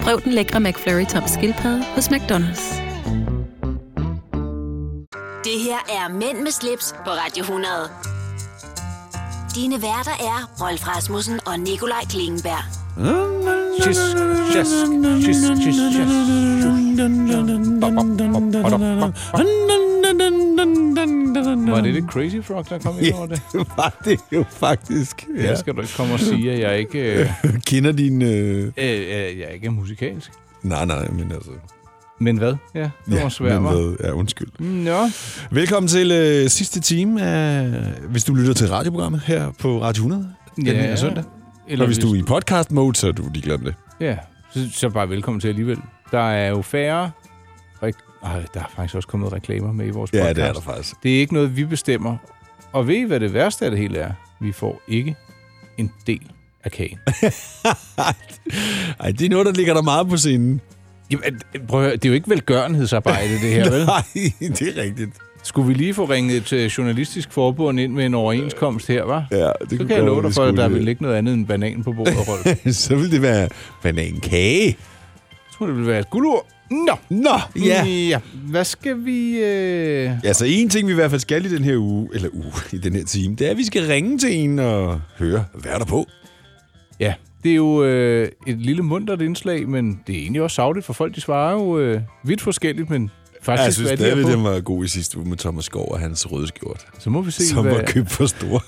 [SPEAKER 10] Prøv den lækre McFlurry tom skildpadde hos McDonald's.
[SPEAKER 1] Det her er Mænd med slips på Radio 100. Dine værter er Rolf Rasmussen og Nikolaj Klingenberg.
[SPEAKER 3] Tjis, tjis, tjis, tjis, tjis. Var det lidt Crazy Frog, der kom ind over det?
[SPEAKER 2] det var det jo faktisk.
[SPEAKER 3] Ja. Der skal du ikke komme og sige, at jeg ikke, øh,
[SPEAKER 2] Kender din... Øh...
[SPEAKER 3] øh, øh, jeg ikke er musikalsk.
[SPEAKER 2] Nej, nej, men altså...
[SPEAKER 3] Men hvad? Ja, det var svært,
[SPEAKER 2] men
[SPEAKER 3] hva'?
[SPEAKER 2] hvad? Ja, undskyld.
[SPEAKER 3] Nå.
[SPEAKER 2] Velkommen til øh, sidste time af... Hvis du lytter til radioprogrammet her på Radio 100 den
[SPEAKER 3] Ja,
[SPEAKER 2] her søndag.
[SPEAKER 3] eller
[SPEAKER 2] Eller og hvis
[SPEAKER 3] hvis-
[SPEAKER 2] du er i podcast-mode, så er du ligeglad med det.
[SPEAKER 3] Ja, så, så bare velkommen til alligevel. Der er jo færre... Rek- Ej, der er faktisk også kommet reklamer med i vores
[SPEAKER 2] Ja, det
[SPEAKER 3] podcast.
[SPEAKER 2] er der faktisk.
[SPEAKER 3] Det er ikke noget, vi bestemmer. Og ved I, hvad det værste af det hele er? Vi får ikke en del af kagen.
[SPEAKER 2] Ej, det er noget, der ligger der meget på scenen.
[SPEAKER 3] Jamen, prøv at høre, det er jo ikke velgørenhedsarbejde, det her, vel?
[SPEAKER 2] Nej, det er rigtigt.
[SPEAKER 3] Skulle vi lige få ringet til Journalistisk Forbund ind med en overenskomst her, var?
[SPEAKER 2] Ja, det
[SPEAKER 3] Så
[SPEAKER 2] kunne
[SPEAKER 3] kan
[SPEAKER 2] godt
[SPEAKER 3] jeg
[SPEAKER 2] være, vi
[SPEAKER 3] love dig for, at
[SPEAKER 2] skulle
[SPEAKER 3] der
[SPEAKER 2] det.
[SPEAKER 3] vil ikke noget andet end banan på bordet, Rolf.
[SPEAKER 2] så vil det være banankage.
[SPEAKER 3] Jeg tror, det ville være et guldur. Nå!
[SPEAKER 2] Nå, ja.
[SPEAKER 3] ja. Hvad skal vi... Øh...
[SPEAKER 2] Altså, en ting, vi i hvert fald skal i den her uge, eller uge, i den her time, det er, at vi skal ringe til en og høre, hvad er der på?
[SPEAKER 3] Ja, det er jo øh, et lille mundret indslag, men det er egentlig også savligt, for folk de svarer jo øh, vidt forskelligt, men faktisk
[SPEAKER 2] jeg synes
[SPEAKER 3] hvad de er
[SPEAKER 2] stadigvæk,
[SPEAKER 3] på.
[SPEAKER 2] den var god i sidste uge med Thomas Skov og hans røde skjort.
[SPEAKER 3] Så må vi se,
[SPEAKER 2] Som
[SPEAKER 3] hvad-
[SPEAKER 2] var købt for store.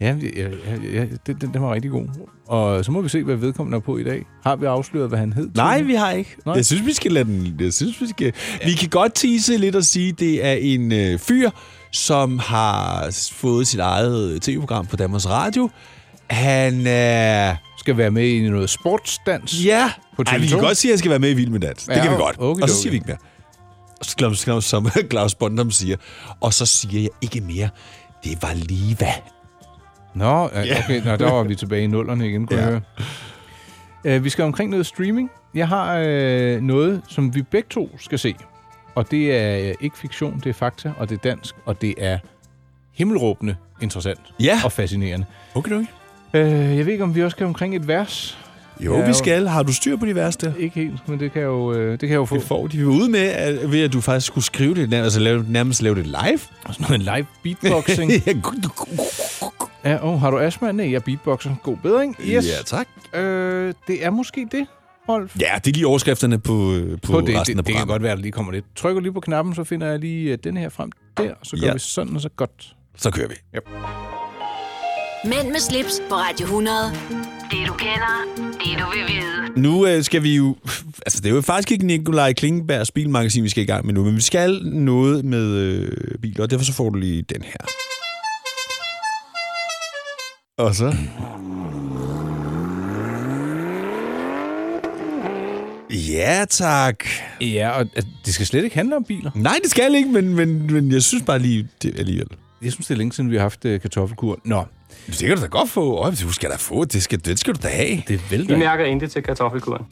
[SPEAKER 3] Ja, ja, ja, ja den, den, den var rigtig god. Og så må vi se, hvad vedkommende er på i dag. Har vi afsløret, hvad han hed?
[SPEAKER 2] Nej, vi har ikke.
[SPEAKER 3] Nej.
[SPEAKER 2] Jeg synes, vi skal lade den... Jeg synes, vi skal... Ja. Vi kan godt tease lidt og sige, at det er en øh, fyr, som har s- fået sit eget øh, tv-program på Danmarks Radio. Han er...
[SPEAKER 3] Skal være med i noget sportsdans?
[SPEAKER 2] Ja.
[SPEAKER 3] På
[SPEAKER 2] Ej, vi
[SPEAKER 3] TV2?
[SPEAKER 2] kan godt sige, at jeg skal være med i Vild med Dans. Det
[SPEAKER 3] Ja,
[SPEAKER 2] kan vi godt.
[SPEAKER 3] okidoki.
[SPEAKER 2] og så siger vi ikke mere. Og så Claus- Claus- Som Claus Bondum siger. Og så siger jeg ikke mere. Det var lige hvad.
[SPEAKER 3] Nå, øh, okay, nå, der var vi tilbage i nullerne igen, kunne ja. jeg høre. Øh, vi skal omkring noget streaming. Jeg har øh, noget, som vi begge to skal se. Og det er øh, ikke fiktion, det er fakta, og det er dansk, og det er himmelråbende interessant
[SPEAKER 2] Ja.
[SPEAKER 3] og fascinerende.
[SPEAKER 2] Okay, okay.
[SPEAKER 3] Øh, jeg ved ikke, om vi også skal omkring et vers.
[SPEAKER 2] Jo,
[SPEAKER 3] Ja,
[SPEAKER 2] vi
[SPEAKER 3] jo.
[SPEAKER 2] skal. Har du styr på de værste?
[SPEAKER 3] Ikke helt, men det kan jeg jo, øh, det kan jeg jo få.
[SPEAKER 2] Det får de jo ude med, at, ved at du faktisk skulle skrive det, nær- altså lave, nærmest lave det live.
[SPEAKER 3] Og sådan noget live beatboxing.
[SPEAKER 2] ja,
[SPEAKER 3] Ja, oh, har du astma? Nej, jeg er beatboxer. God bedring. Yes.
[SPEAKER 2] Ja, tak.
[SPEAKER 3] Øh, det er måske det, Rolf.
[SPEAKER 2] ja, det er lige overskrifterne på, øh, på, på
[SPEAKER 3] det,
[SPEAKER 2] det, resten
[SPEAKER 3] det,
[SPEAKER 2] af
[SPEAKER 3] det kan
[SPEAKER 2] programmet.
[SPEAKER 3] godt være, at der lige kommer lidt. Trykker lige på knappen, så finder jeg lige øh, den her frem der, så gør
[SPEAKER 2] Ja.
[SPEAKER 3] vi sådan og så godt.
[SPEAKER 2] Så kører vi.
[SPEAKER 1] Mænd med slips på Radio 100. Det du kender, det du vil vide.
[SPEAKER 2] Nu øh, skal vi jo... Altså, det er jo faktisk ikke Nikolaj Klingenbergs bilmagasin, vi skal i gang med nu, men vi skal noget med øh, biler, og derfor så får du lige den her. Og så... Ja, tak.
[SPEAKER 3] Ja, og at det skal slet ikke handle om biler.
[SPEAKER 2] Nej, det skal ikke, men, men, men jeg synes bare lige det alligevel.
[SPEAKER 3] Jeg synes, det er længe siden, vi har haft øh, kartoffelkur. Nå,
[SPEAKER 2] Det kan du da godt få. Øj, du skal da få. Det skal, det skal du da have.
[SPEAKER 3] det er vel
[SPEAKER 4] Vi
[SPEAKER 3] da.
[SPEAKER 4] mærker intet til kartoffelkuren.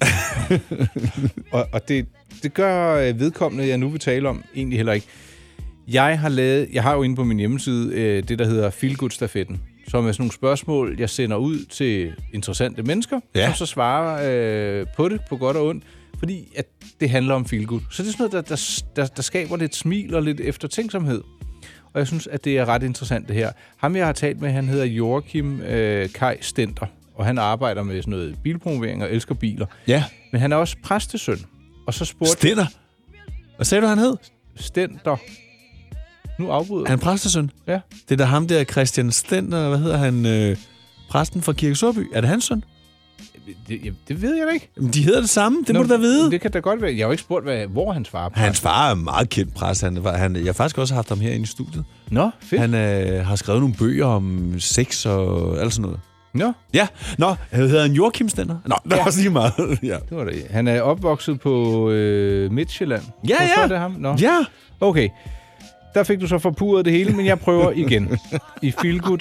[SPEAKER 3] Og, og det, det gør øh, vedkommende, jeg nu vil tale om, egentlig heller ikke. Jeg har lavet, jeg har jo inde på min hjemmeside øh, det, der hedder Feelgood-stafetten, som er sådan nogle spørgsmål, jeg sender ud til interessante mennesker,
[SPEAKER 2] Ja.
[SPEAKER 3] som så svarer øh, på det, på godt og ondt, fordi at det handler om feelgood. Så det er sådan noget, der, der, der, der skaber lidt smil og lidt eftertænksomhed. Og jeg synes, at det er ret interessant det her. Ham, jeg har talt med, han hedder Joachim øh, Kai Stenter, og han arbejder med sådan noget bilpromovering og elsker biler.
[SPEAKER 2] Ja.
[SPEAKER 3] Men han er også præstesøn. Og så spurgte...
[SPEAKER 2] Stender? Hvad sagde du, han hed?
[SPEAKER 3] Stender. Nu afbryder
[SPEAKER 2] Han er præstesøn?
[SPEAKER 3] Ja.
[SPEAKER 2] Det er da ham der, Christian Stender, hvad hedder han? Øh, præsten fra Kirke Sorby. Er det hans søn?
[SPEAKER 3] Det, jamen, det ved jeg da ikke.
[SPEAKER 2] Jamen, de hedder det samme. Det Nå, må du da vide.
[SPEAKER 3] Det kan da godt være. Jeg har jo ikke spurgt, hvad, hvor hans far er.
[SPEAKER 2] Hans far er en meget kendt præst. Han, var- han, jeg har faktisk også haft ham herinde i studiet.
[SPEAKER 3] Nå, fedt.
[SPEAKER 2] Han øh, har skrevet nogle bøger om sex og alt sådan noget.
[SPEAKER 3] Nå.
[SPEAKER 2] Ja. Nå, han hedder han Joachim Stender? Nå, det er ja. også lige meget. ja.
[SPEAKER 3] Det var det. Han er opvokset på øh, Midtjylland.
[SPEAKER 2] Ja,
[SPEAKER 3] Hvorfor
[SPEAKER 2] ja.
[SPEAKER 3] Er det ham? Nå.
[SPEAKER 2] Ja.
[SPEAKER 3] Okay. Der fik du så forpudret det hele, men jeg prøver igen. I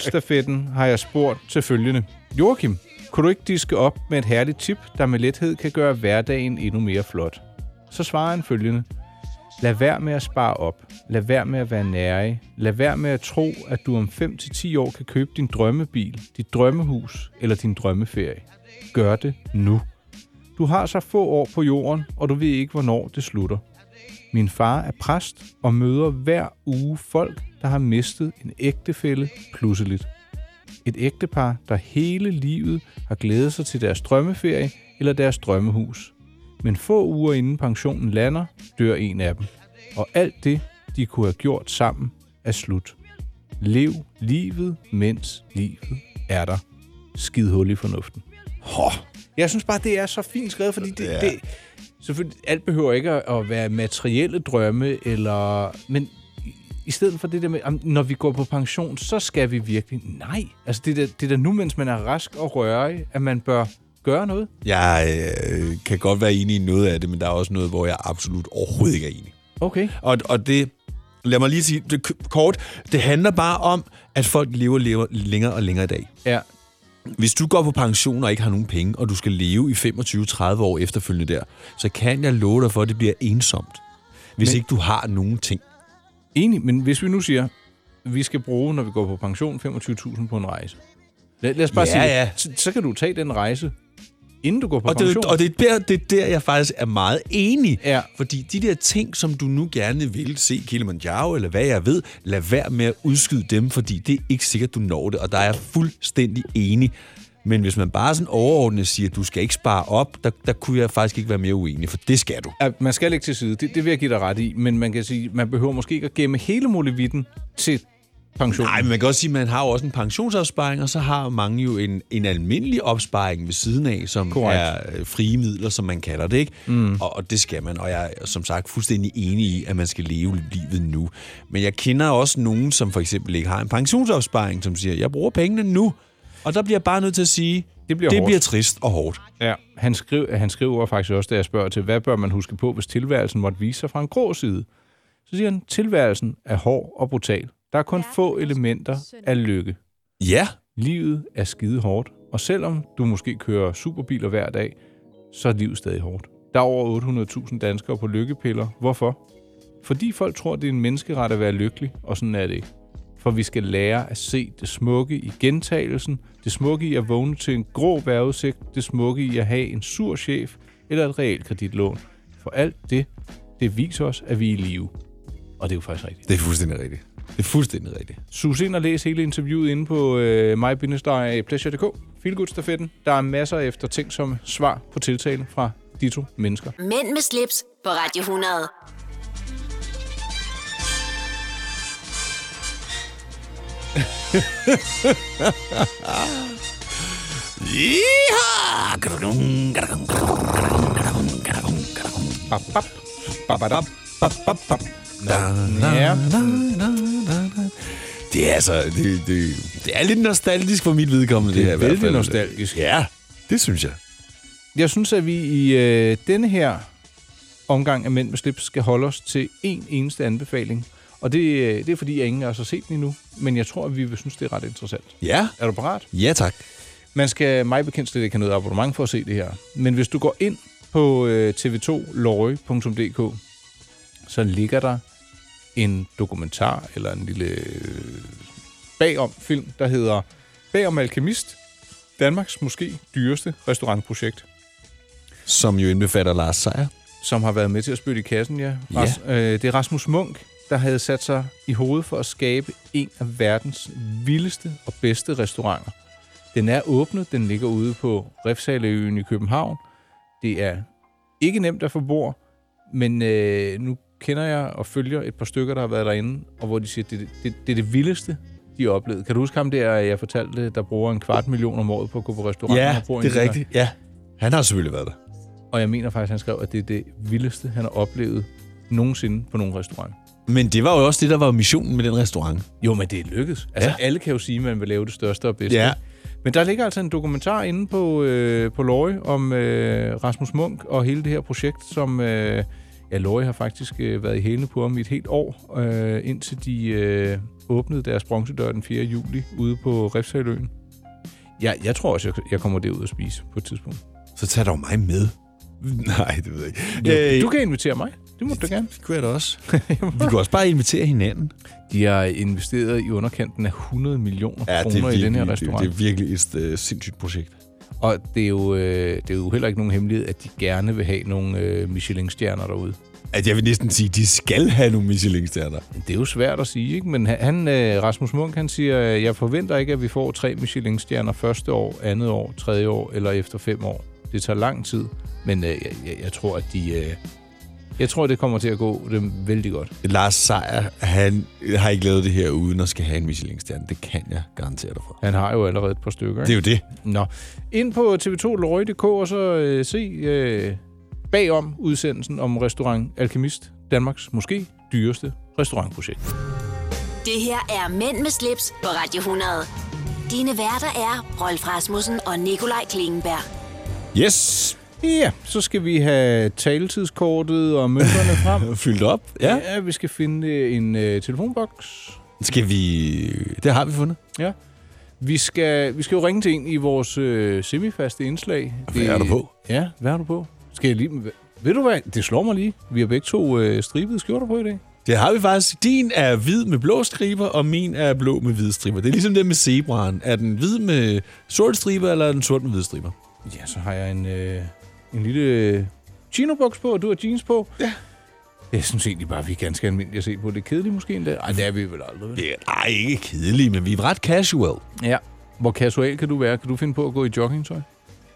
[SPEAKER 3] Feelgood-stafetten har jeg spurgt til følgende. Joachim, kunne du ikke diske op med et herligt tip, der med lethed kan gøre hverdagen endnu mere flot? Så svarer han følgende. Lad være med at spare op. Lad være med at være nærig. Lad være med at tro, at du om 5-10 år kan købe din drømmebil, dit drømmehus eller din drømmeferie. Gør det nu. Du har så få år på jorden, og du ved ikke, hvornår det slutter. Min far er præst og møder hver uge folk, der har mistet en ægtefælle pludseligt. Et ægtepar, der hele livet har glædet sig til deres drømmeferie eller deres drømmehus. Men få uger inden pensionen lander, dør en af dem. Og alt det, de kunne have gjort sammen, er slut. Lev livet, mens livet er der. Skid hul i fornuften. Hå. Jeg synes bare, det er så fint skrevet, fordi det,
[SPEAKER 2] Ja.
[SPEAKER 3] ja. det, selvfølgelig, alt behøver ikke at, at være materielle drømme, eller, men i- i stedet for det der med, "Jamen, når vi går på pension, så skal vi virkelig. Nej, altså det er da- det er da nu, mens man er rask og rørig, at man bør gøre noget.
[SPEAKER 2] Jeg øh, kan godt være enig i noget af det, men der er også noget, hvor jeg absolut overhovedet ikke er enig.
[SPEAKER 3] Okay.
[SPEAKER 2] Og, og det, lad mig lige sige det k- kort, det handler bare om, at folk lever, lever længere og længere i dag.
[SPEAKER 3] Ja.
[SPEAKER 2] Hvis du går på pension og ikke har nogen penge, og du skal leve i 25-30 år efterfølgende der, så kan jeg love dig for, at det bliver ensomt, hvis men... ikke du har nogen ting.
[SPEAKER 3] Enig, men hvis vi nu siger, vi skal bruge, når vi går på pension, 25.000 på en rejse. Lad, lad os bare
[SPEAKER 2] Ja,
[SPEAKER 3] sige, det.
[SPEAKER 2] ja.
[SPEAKER 3] Så, så kan du tage den rejse, inden du går på
[SPEAKER 2] Og det,
[SPEAKER 3] pension.
[SPEAKER 2] og det, er der, det er der, jeg faktisk er meget enig.
[SPEAKER 3] Ja.
[SPEAKER 2] Fordi de der ting, som du nu gerne vil se Kilimanjaro, eller hvad jeg ved, lad være med at udskyde dem, fordi det er ikke sikkert, du når det. Og der er jeg fuldstændig enig. Men hvis man bare sådan overordnet siger, at du skal ikke spare op, der, der kunne jeg faktisk ikke være mere uenig, for det skal du.
[SPEAKER 3] Ja, man skal lægge til side. Det, det vil jeg give dig ret i. Men man kan sige, man behøver måske ikke at gemme hele molevitten til pension.
[SPEAKER 2] Nej, men man kan også sige, at man har jo også en pensionsopsparing, og så har mange jo en, en almindelig opsparing ved siden af, som
[SPEAKER 3] Korrekt.
[SPEAKER 2] Correct. er øh, frie midler, som man kalder det, ikke? Mm. Og, og det skal man, og jeg er som sagt fuldstændig enig i, at man skal leve livet nu. Men jeg kender også nogen, som for eksempel ikke har en pensionsopsparing, som siger, jeg bruger pengene nu, og der bliver jeg bare nødt til at sige,
[SPEAKER 3] det bliver
[SPEAKER 2] det
[SPEAKER 3] hårdt.
[SPEAKER 2] bliver trist og hårdt.
[SPEAKER 3] Ja, han, skriv, han skriver faktisk også, da jeg spørger til, hvad bør man huske på, hvis tilværelsen måtte vise sig fra en grå side? Så siger han, tilværelsen er hård og brutal. Der er kun få elementer af lykke.
[SPEAKER 2] Ja.
[SPEAKER 3] Livet er skide hårdt, og selvom du måske kører superbiler hver dag, så er livet stadig hårdt. Der er over 800.000 danskere på lykkepiller. Hvorfor? Fordi folk tror, det er en menneskeret at være lykkelig, og sådan er det ikke. For vi skal lære at se det smukke i gentagelsen, det smukke i at vågne til en grå vejrudsigt, det smukke i at have en sur chef eller et realkreditlån. For alt det, det viser os, at vi er i live. Og det er jo faktisk rigtigt.
[SPEAKER 2] Det er fuldstændig rigtigt. Det er fuldstændig rigtigt.
[SPEAKER 3] Sus ind og læs hele interviewet inde på øh, mybindesterpleasure.dk. Feelgood-stafetten. Der er masser efter ting som svar på tiltale fra de to mennesker.
[SPEAKER 1] Mænd med slips på Radio 100.
[SPEAKER 3] Bap, bap. Bap, bap, bap, bap, bap. Ja.
[SPEAKER 2] Det er altså, det, det, det er lidt nostalgisk for mit vedkommende, det,
[SPEAKER 3] Det
[SPEAKER 2] her
[SPEAKER 3] er
[SPEAKER 2] i hvert
[SPEAKER 3] vældig
[SPEAKER 2] fald.
[SPEAKER 3] nostalgisk.
[SPEAKER 2] Ja, det synes jeg.
[SPEAKER 3] Jeg synes, at vi i øh, denne her omgang af Mænd med slips skal holde os til én eneste anbefaling. Og det, øh, det er fordi, jeg ingen af os har set den endnu. Men jeg tror, at vi vil synes, det er ret interessant.
[SPEAKER 2] Ja.
[SPEAKER 3] Er du parat?
[SPEAKER 2] Ja, tak.
[SPEAKER 3] Man skal mig bekendt slet ikke have noget abonnement for at se det her. Men hvis du går ind på øh, tv2lorry.dk, så ligger der en dokumentar eller en lille øh, bagom film, der hedder Bagom Alkemist, Danmarks måske dyreste restaurantprojekt,
[SPEAKER 2] Som jo indbefatter Lars Seier.
[SPEAKER 3] som har været med til at spytte i kassen, ja.
[SPEAKER 2] Ja.
[SPEAKER 3] Ras, øh, det er Rasmus Munk, der havde sat sig i hovedet for at skabe en af verdens vildeste og bedste restauranter. Den er åbnet, den ligger ude på Refsaleøen i København. Det er ikke nemt at få bord, Men øh, nu kender jeg og følger et par stykker, der har været derinde, og hvor de siger, at det, det, det er det vildeste, de har oplevet. Kan du huske ham der, jeg fortalte, der bruger en kvart million om året på at gå på restaurant?
[SPEAKER 2] Ja,
[SPEAKER 3] og bor i en
[SPEAKER 2] det er
[SPEAKER 3] villa?
[SPEAKER 2] rigtigt. Ja. Han har selvfølgelig været der.
[SPEAKER 3] Og jeg mener faktisk, han skrev, at det er det vildeste, han har oplevet nogensinde på nogen restaurant.
[SPEAKER 2] Men det var jo også det, der var missionen med den restaurant.
[SPEAKER 3] Jo, men det er lykkedes. Altså, ja. alle kan jo sige, at man vil lave det største og bedste.
[SPEAKER 2] Ja.
[SPEAKER 3] Men der ligger altså en dokumentar inde på, øh, på Løje om øh, Rasmus Munk og hele det her projekt, som øh, ja, Løje har faktisk øh, været i hælene på om i et helt år, øh, indtil de øh, åbnede deres bronzedør den 4. juli ude på Refshaløen. Ja, jeg tror også, jeg, jeg kommer derud og spise på et tidspunkt.
[SPEAKER 2] Så tag dog mig med. Nej, det ved jeg ikke. Øh,
[SPEAKER 3] Du, du kan invitere mig. Det må du gerne.
[SPEAKER 2] Det kunne jeg da også. Vi kunne også bare invitere hinanden.
[SPEAKER 3] De har investeret i underkanten af 100 millioner
[SPEAKER 2] Ja,
[SPEAKER 3] ja,
[SPEAKER 2] det er
[SPEAKER 3] kroner virkelig, i den her
[SPEAKER 2] virkelig- det-
[SPEAKER 3] restaurant.
[SPEAKER 2] det er virkelig et øh, sindssygt projekt.
[SPEAKER 3] Og det er, jo, øh, det er jo heller ikke nogen hemmelighed, at de gerne vil have nogle øh, Michelin-stjerner derude.
[SPEAKER 2] At jeg vil næsten sige, at de skal have nogle Michelin-stjerner.
[SPEAKER 3] Det er jo svært at sige, ikke? men han- han, øh, Rasmus Munk han siger, øh, jeg forventer ikke, at vi får tre Michelin-stjerner første år, andet år, tredje år eller efter fem år. Det tager lang tid, men øh, jeg, jeg, jeg tror, at de... Øh, jeg tror, det kommer til at gå dem vældig godt.
[SPEAKER 2] Lars Seier, han har ikke lavet det her uden at skal have en Michelin-stjerne. Det kan jeg garantere dig for.
[SPEAKER 3] Han har jo allerede et par stykker.
[SPEAKER 2] Det er jo det.
[SPEAKER 3] Nå. Ind på tv2.dk og så øh, se øh, bagom udsendelsen om restaurant Alchemist, Danmarks måske dyreste restaurantprojekt.
[SPEAKER 1] Det her er Mænd med slips på Radio 100. Dine værter er Rolf Rasmussen og Nikolaj Klingenberg.
[SPEAKER 2] Yes!
[SPEAKER 3] Ja, så skal vi have taletidskortet og mønterne frem.
[SPEAKER 2] Fyldt op, ja.
[SPEAKER 3] Ja, vi skal finde øh, en øh, telefonboks.
[SPEAKER 2] Skal vi... Det har vi fundet.
[SPEAKER 3] Ja. Vi skal, vi skal jo ringe til en i vores øh, semifaste indslag.
[SPEAKER 2] Hvad er du på?
[SPEAKER 3] Ja, hvad er du på? Skal jeg lige... Ved du hvad? Det slår mig lige. Vi har begge to øh, stribede skjorter på i dag.
[SPEAKER 2] Det har vi faktisk. Din er hvid med blå striber, og min er blå med hvide striber. Det er ligesom det med zebraen. Er den hvid med sort striber, eller er den sort med hvide striber?
[SPEAKER 3] Ja, så har jeg en, øh, en lille øh, chinoboks på, og du har jeans på.
[SPEAKER 2] Ja.
[SPEAKER 3] Det er sådan set lige bare, vi er ganske almindelige at se på. Det er kedeligt måske endda. Ej, det er vi vel aldrig. Vel?
[SPEAKER 2] Det er ej, ikke kedeligt, men vi er ret casual.
[SPEAKER 3] Ja. Hvor casual kan du være? Kan du finde på at gå i joggingtøj?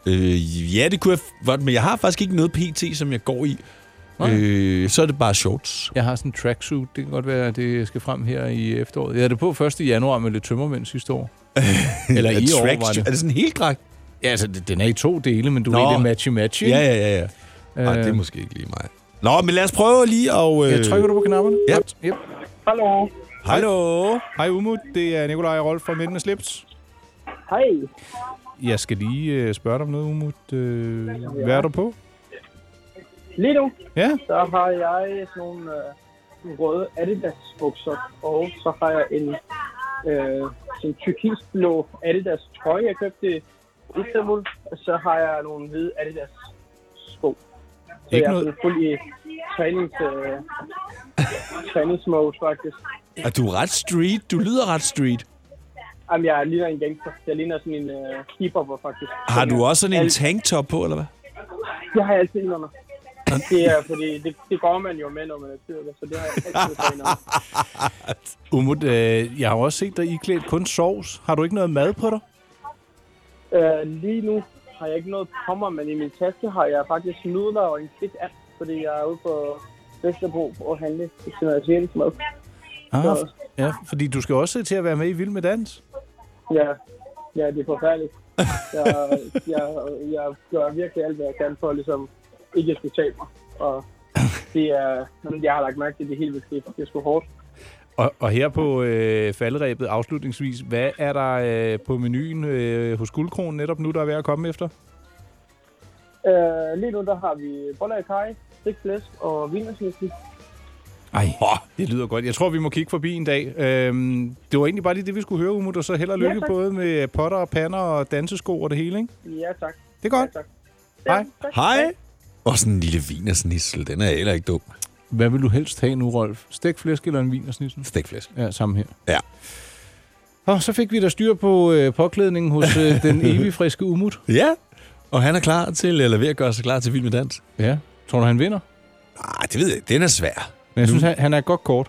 [SPEAKER 2] Øh, ja, det kunne jeg f- godt, men jeg har faktisk ikke noget PT, som jeg går i.
[SPEAKER 3] Nej.
[SPEAKER 2] Øh, så er det bare shorts.
[SPEAKER 3] Jeg har sådan en tracksuit. Det kan godt være, at det skal frem her i efteråret. Jeg havde det på 1. januar med lidt tømmermænd sidste år. Eller i
[SPEAKER 2] Ja,
[SPEAKER 3] år var
[SPEAKER 2] tracksuit.
[SPEAKER 3] det.
[SPEAKER 2] Er det sådan en hel dragt?
[SPEAKER 3] Ja, altså, det- den er i to dele, men du
[SPEAKER 2] Nå.
[SPEAKER 3] ved, det er matchy-matchy.
[SPEAKER 2] Ja, ja, ja. ja. Ej,
[SPEAKER 3] Øh.
[SPEAKER 2] det er måske ikke lige mig. Nå, men lad os prøve lige øh, og...
[SPEAKER 3] Jeg trykker du på knapperne?
[SPEAKER 2] Ja.
[SPEAKER 3] Yep.
[SPEAKER 11] Hallo.
[SPEAKER 3] Hallo. Hej Umut, det er Nikolaj og Rolf fra Midten af Slips.
[SPEAKER 11] Hej.
[SPEAKER 3] Jeg skal lige øh, spørge dig om noget, Umut. Øh, hvad er du på?
[SPEAKER 11] Lige nu,
[SPEAKER 3] Ja.
[SPEAKER 11] så har jeg sådan nogle øh, sådan røde Adidas bukser, og så har jeg en øh, sådan tyrkisblå Adidas trøje, jeg købte i Istanbul, og så har jeg nogle hvide Adidas sko. Så
[SPEAKER 3] Ikke
[SPEAKER 11] jeg er
[SPEAKER 3] noget-
[SPEAKER 11] sådan fuld i trænings, øh, træningsmode, faktisk.
[SPEAKER 2] Er du er ret street? Du lyder ret street.
[SPEAKER 11] Jamen, jeg ligner en gangster. Jeg ligner sådan en øh, hiphopper, faktisk.
[SPEAKER 2] Har du også sådan en
[SPEAKER 11] Alt-
[SPEAKER 2] tanktop på, eller hvad?
[SPEAKER 11] Det har jeg altid indrømmet. Det er fordi, det, det går man jo med, når man er tyrker, så det har jeg altid været indrømmet.
[SPEAKER 3] Umut, øh, jeg har jo også set dig iklædt kun sovs. Har du ikke noget mad på dig?
[SPEAKER 11] Øh, lige nu har jeg ikke noget på mig, men i min taske har jeg faktisk nudler og en klik af, fordi jeg er ude på Vesterbro og handle til noget asiatisk mad.
[SPEAKER 3] Ah, f- ja, fordi du skal også til at være med i Vild med Dans.
[SPEAKER 11] Ja, ja det er forfærdeligt. Jeg, jeg, jeg gør virkelig alt, hvad jeg kan for ligesom ikke at skulle tabe mig. Og det er, men jeg har lagt mærke til, at det er helt vildt. Det er- Det er sgu hårdt.
[SPEAKER 3] Og, og her på øh, falderæbet afslutningsvis, hvad er der øh, på menuen øh, hos Guldkronen netop nu, der er ved at komme efter?
[SPEAKER 11] Øh, lige nu der har vi boller i kaj, stegt flæsk og vinersnitsel.
[SPEAKER 3] Ej, det lyder godt. Jeg tror, vi må kigge forbi en dag. Øhm, det var egentlig bare lige det, vi skulle høre, Umut, og så held og
[SPEAKER 11] Ja,
[SPEAKER 3] lykke
[SPEAKER 11] tak.
[SPEAKER 3] både med potter og pander og dansesko og det hele, ikke?
[SPEAKER 11] Ja, tak.
[SPEAKER 3] Det er godt.
[SPEAKER 11] Ja, tak.
[SPEAKER 3] Hej.
[SPEAKER 2] Hej. Og sådan en lille vinersnissel, den er heller ikke dum.
[SPEAKER 3] Hvad vil du helst have nu, Rolf? Stegflæsk eller en vin og snitsel?
[SPEAKER 2] Stegflæsk.
[SPEAKER 3] Ja, samme her.
[SPEAKER 2] Ja.
[SPEAKER 3] Og så fik vi da styr på øh, påklædningen hos øh, den evig friske Umut.
[SPEAKER 2] Ja, og han er klar til, eller ved at gøre sig klar til Vild med Dans.
[SPEAKER 3] Ja. Tror du, han vinder?
[SPEAKER 2] Nej, det ved jeg ikke. Den er svær.
[SPEAKER 3] Men jeg synes, han, han er godt kort.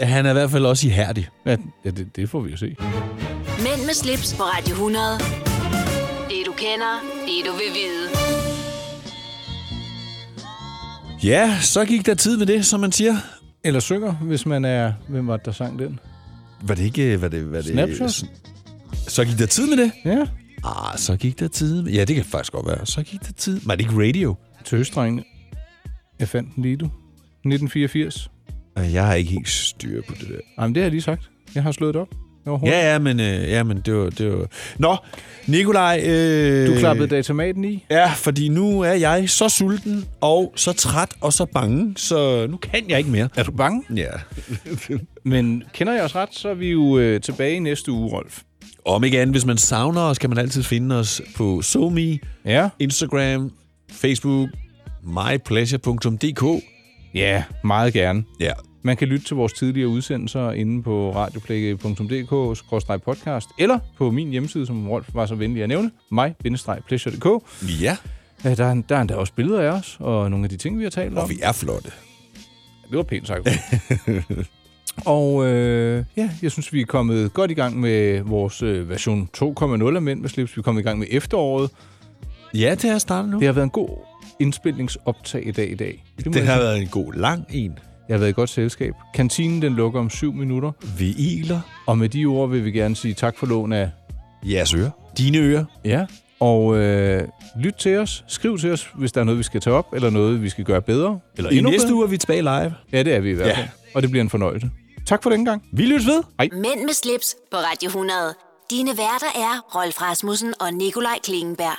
[SPEAKER 2] Han er i hvert fald også ihærdig.
[SPEAKER 3] Ja, ja det, det får vi at se.
[SPEAKER 1] Mænd med slips på Radio 100. Det du kender, det du vil vide.
[SPEAKER 2] Ja, så gik der tid med det, som man siger.
[SPEAKER 3] Eller synger, hvis man er... Hvem var det, der sang den?
[SPEAKER 2] Var det ikke... øh, Var det, var det,
[SPEAKER 3] Snapchat?
[SPEAKER 2] Så gik der tid med det?
[SPEAKER 3] Ja.
[SPEAKER 2] Ah, så gik der tid med... Ja, det kan faktisk godt være. Så gik der tid... Var det ikke radio?
[SPEAKER 3] Tøstrengene. Jeg fandt den lige, du. 1984.
[SPEAKER 2] Og Jeg har ikke helt styr på det der.
[SPEAKER 3] Jamen, det har jeg lige sagt. Jeg har slået det op. Jeg var hurtig.
[SPEAKER 2] Ja, ja, men, øh, ja, men det, var, det var... Nå, Nikolaj... Øh...
[SPEAKER 3] Du klappede datamaten i.
[SPEAKER 2] Ja, fordi nu er jeg så sulten, og så træt, og så bange, så nu kan jeg ikke mere.
[SPEAKER 3] Er du bange?
[SPEAKER 2] Ja.
[SPEAKER 3] men kender jeg os ret, så er vi jo øh, tilbage i næste uge, Rolf.
[SPEAKER 2] Om ikke andet, hvis man savner os, kan man altid finde os på SoMe,
[SPEAKER 3] ja.
[SPEAKER 2] Instagram, Facebook, mypleasure.dk.
[SPEAKER 3] Ja, meget gerne.
[SPEAKER 2] Ja.
[SPEAKER 3] Man kan lytte til vores tidligere udsendelser inde på radioplay.dk-podcast eller på min hjemmeside, som Rolf var så venlig at nævne, mig-pleasure.dk.
[SPEAKER 2] Ja.
[SPEAKER 3] Øh, Der er, en- der er endda også billeder af os, og nogle af de ting, vi har talt om.
[SPEAKER 2] Og vi er flotte.
[SPEAKER 3] Det var pænt sagt. og øh, ja, jeg synes, vi er kommet godt i gang med vores øh, version 2.0 af Mænd med slips. Vi er kommet i gang med efteråret.
[SPEAKER 2] Ja, det har startet nu.
[SPEAKER 3] Det har været en god indspilningsoptag i dag i dag. må
[SPEAKER 2] Det
[SPEAKER 3] jeg
[SPEAKER 2] har
[SPEAKER 3] sige.
[SPEAKER 2] været en god lang en.
[SPEAKER 3] Jeg har været i godt selskab. Kantinen den lukker om syv minutter.
[SPEAKER 2] Vi iler.
[SPEAKER 3] Og med de ord vil vi gerne sige tak for lån af...
[SPEAKER 2] Jeres ører. Dine ører.
[SPEAKER 3] Ja. Og øh, lyt til os. Skriv til os, hvis der er noget, vi skal tage op, eller noget, vi skal gøre bedre. Eller
[SPEAKER 2] I
[SPEAKER 3] endnu
[SPEAKER 2] næste
[SPEAKER 3] bedre.
[SPEAKER 2] uge er vi tilbage live.
[SPEAKER 3] Ja, det er vi i hvert
[SPEAKER 2] Ja.
[SPEAKER 3] fald. Og det bliver en fornøjelse. Tak for den gang.
[SPEAKER 2] Vi lyttes ved.
[SPEAKER 3] Hej.
[SPEAKER 1] Mænd med slips på Radio 100. Dine værter er Rolf Rasmussen og Nikolaj Klingenberg.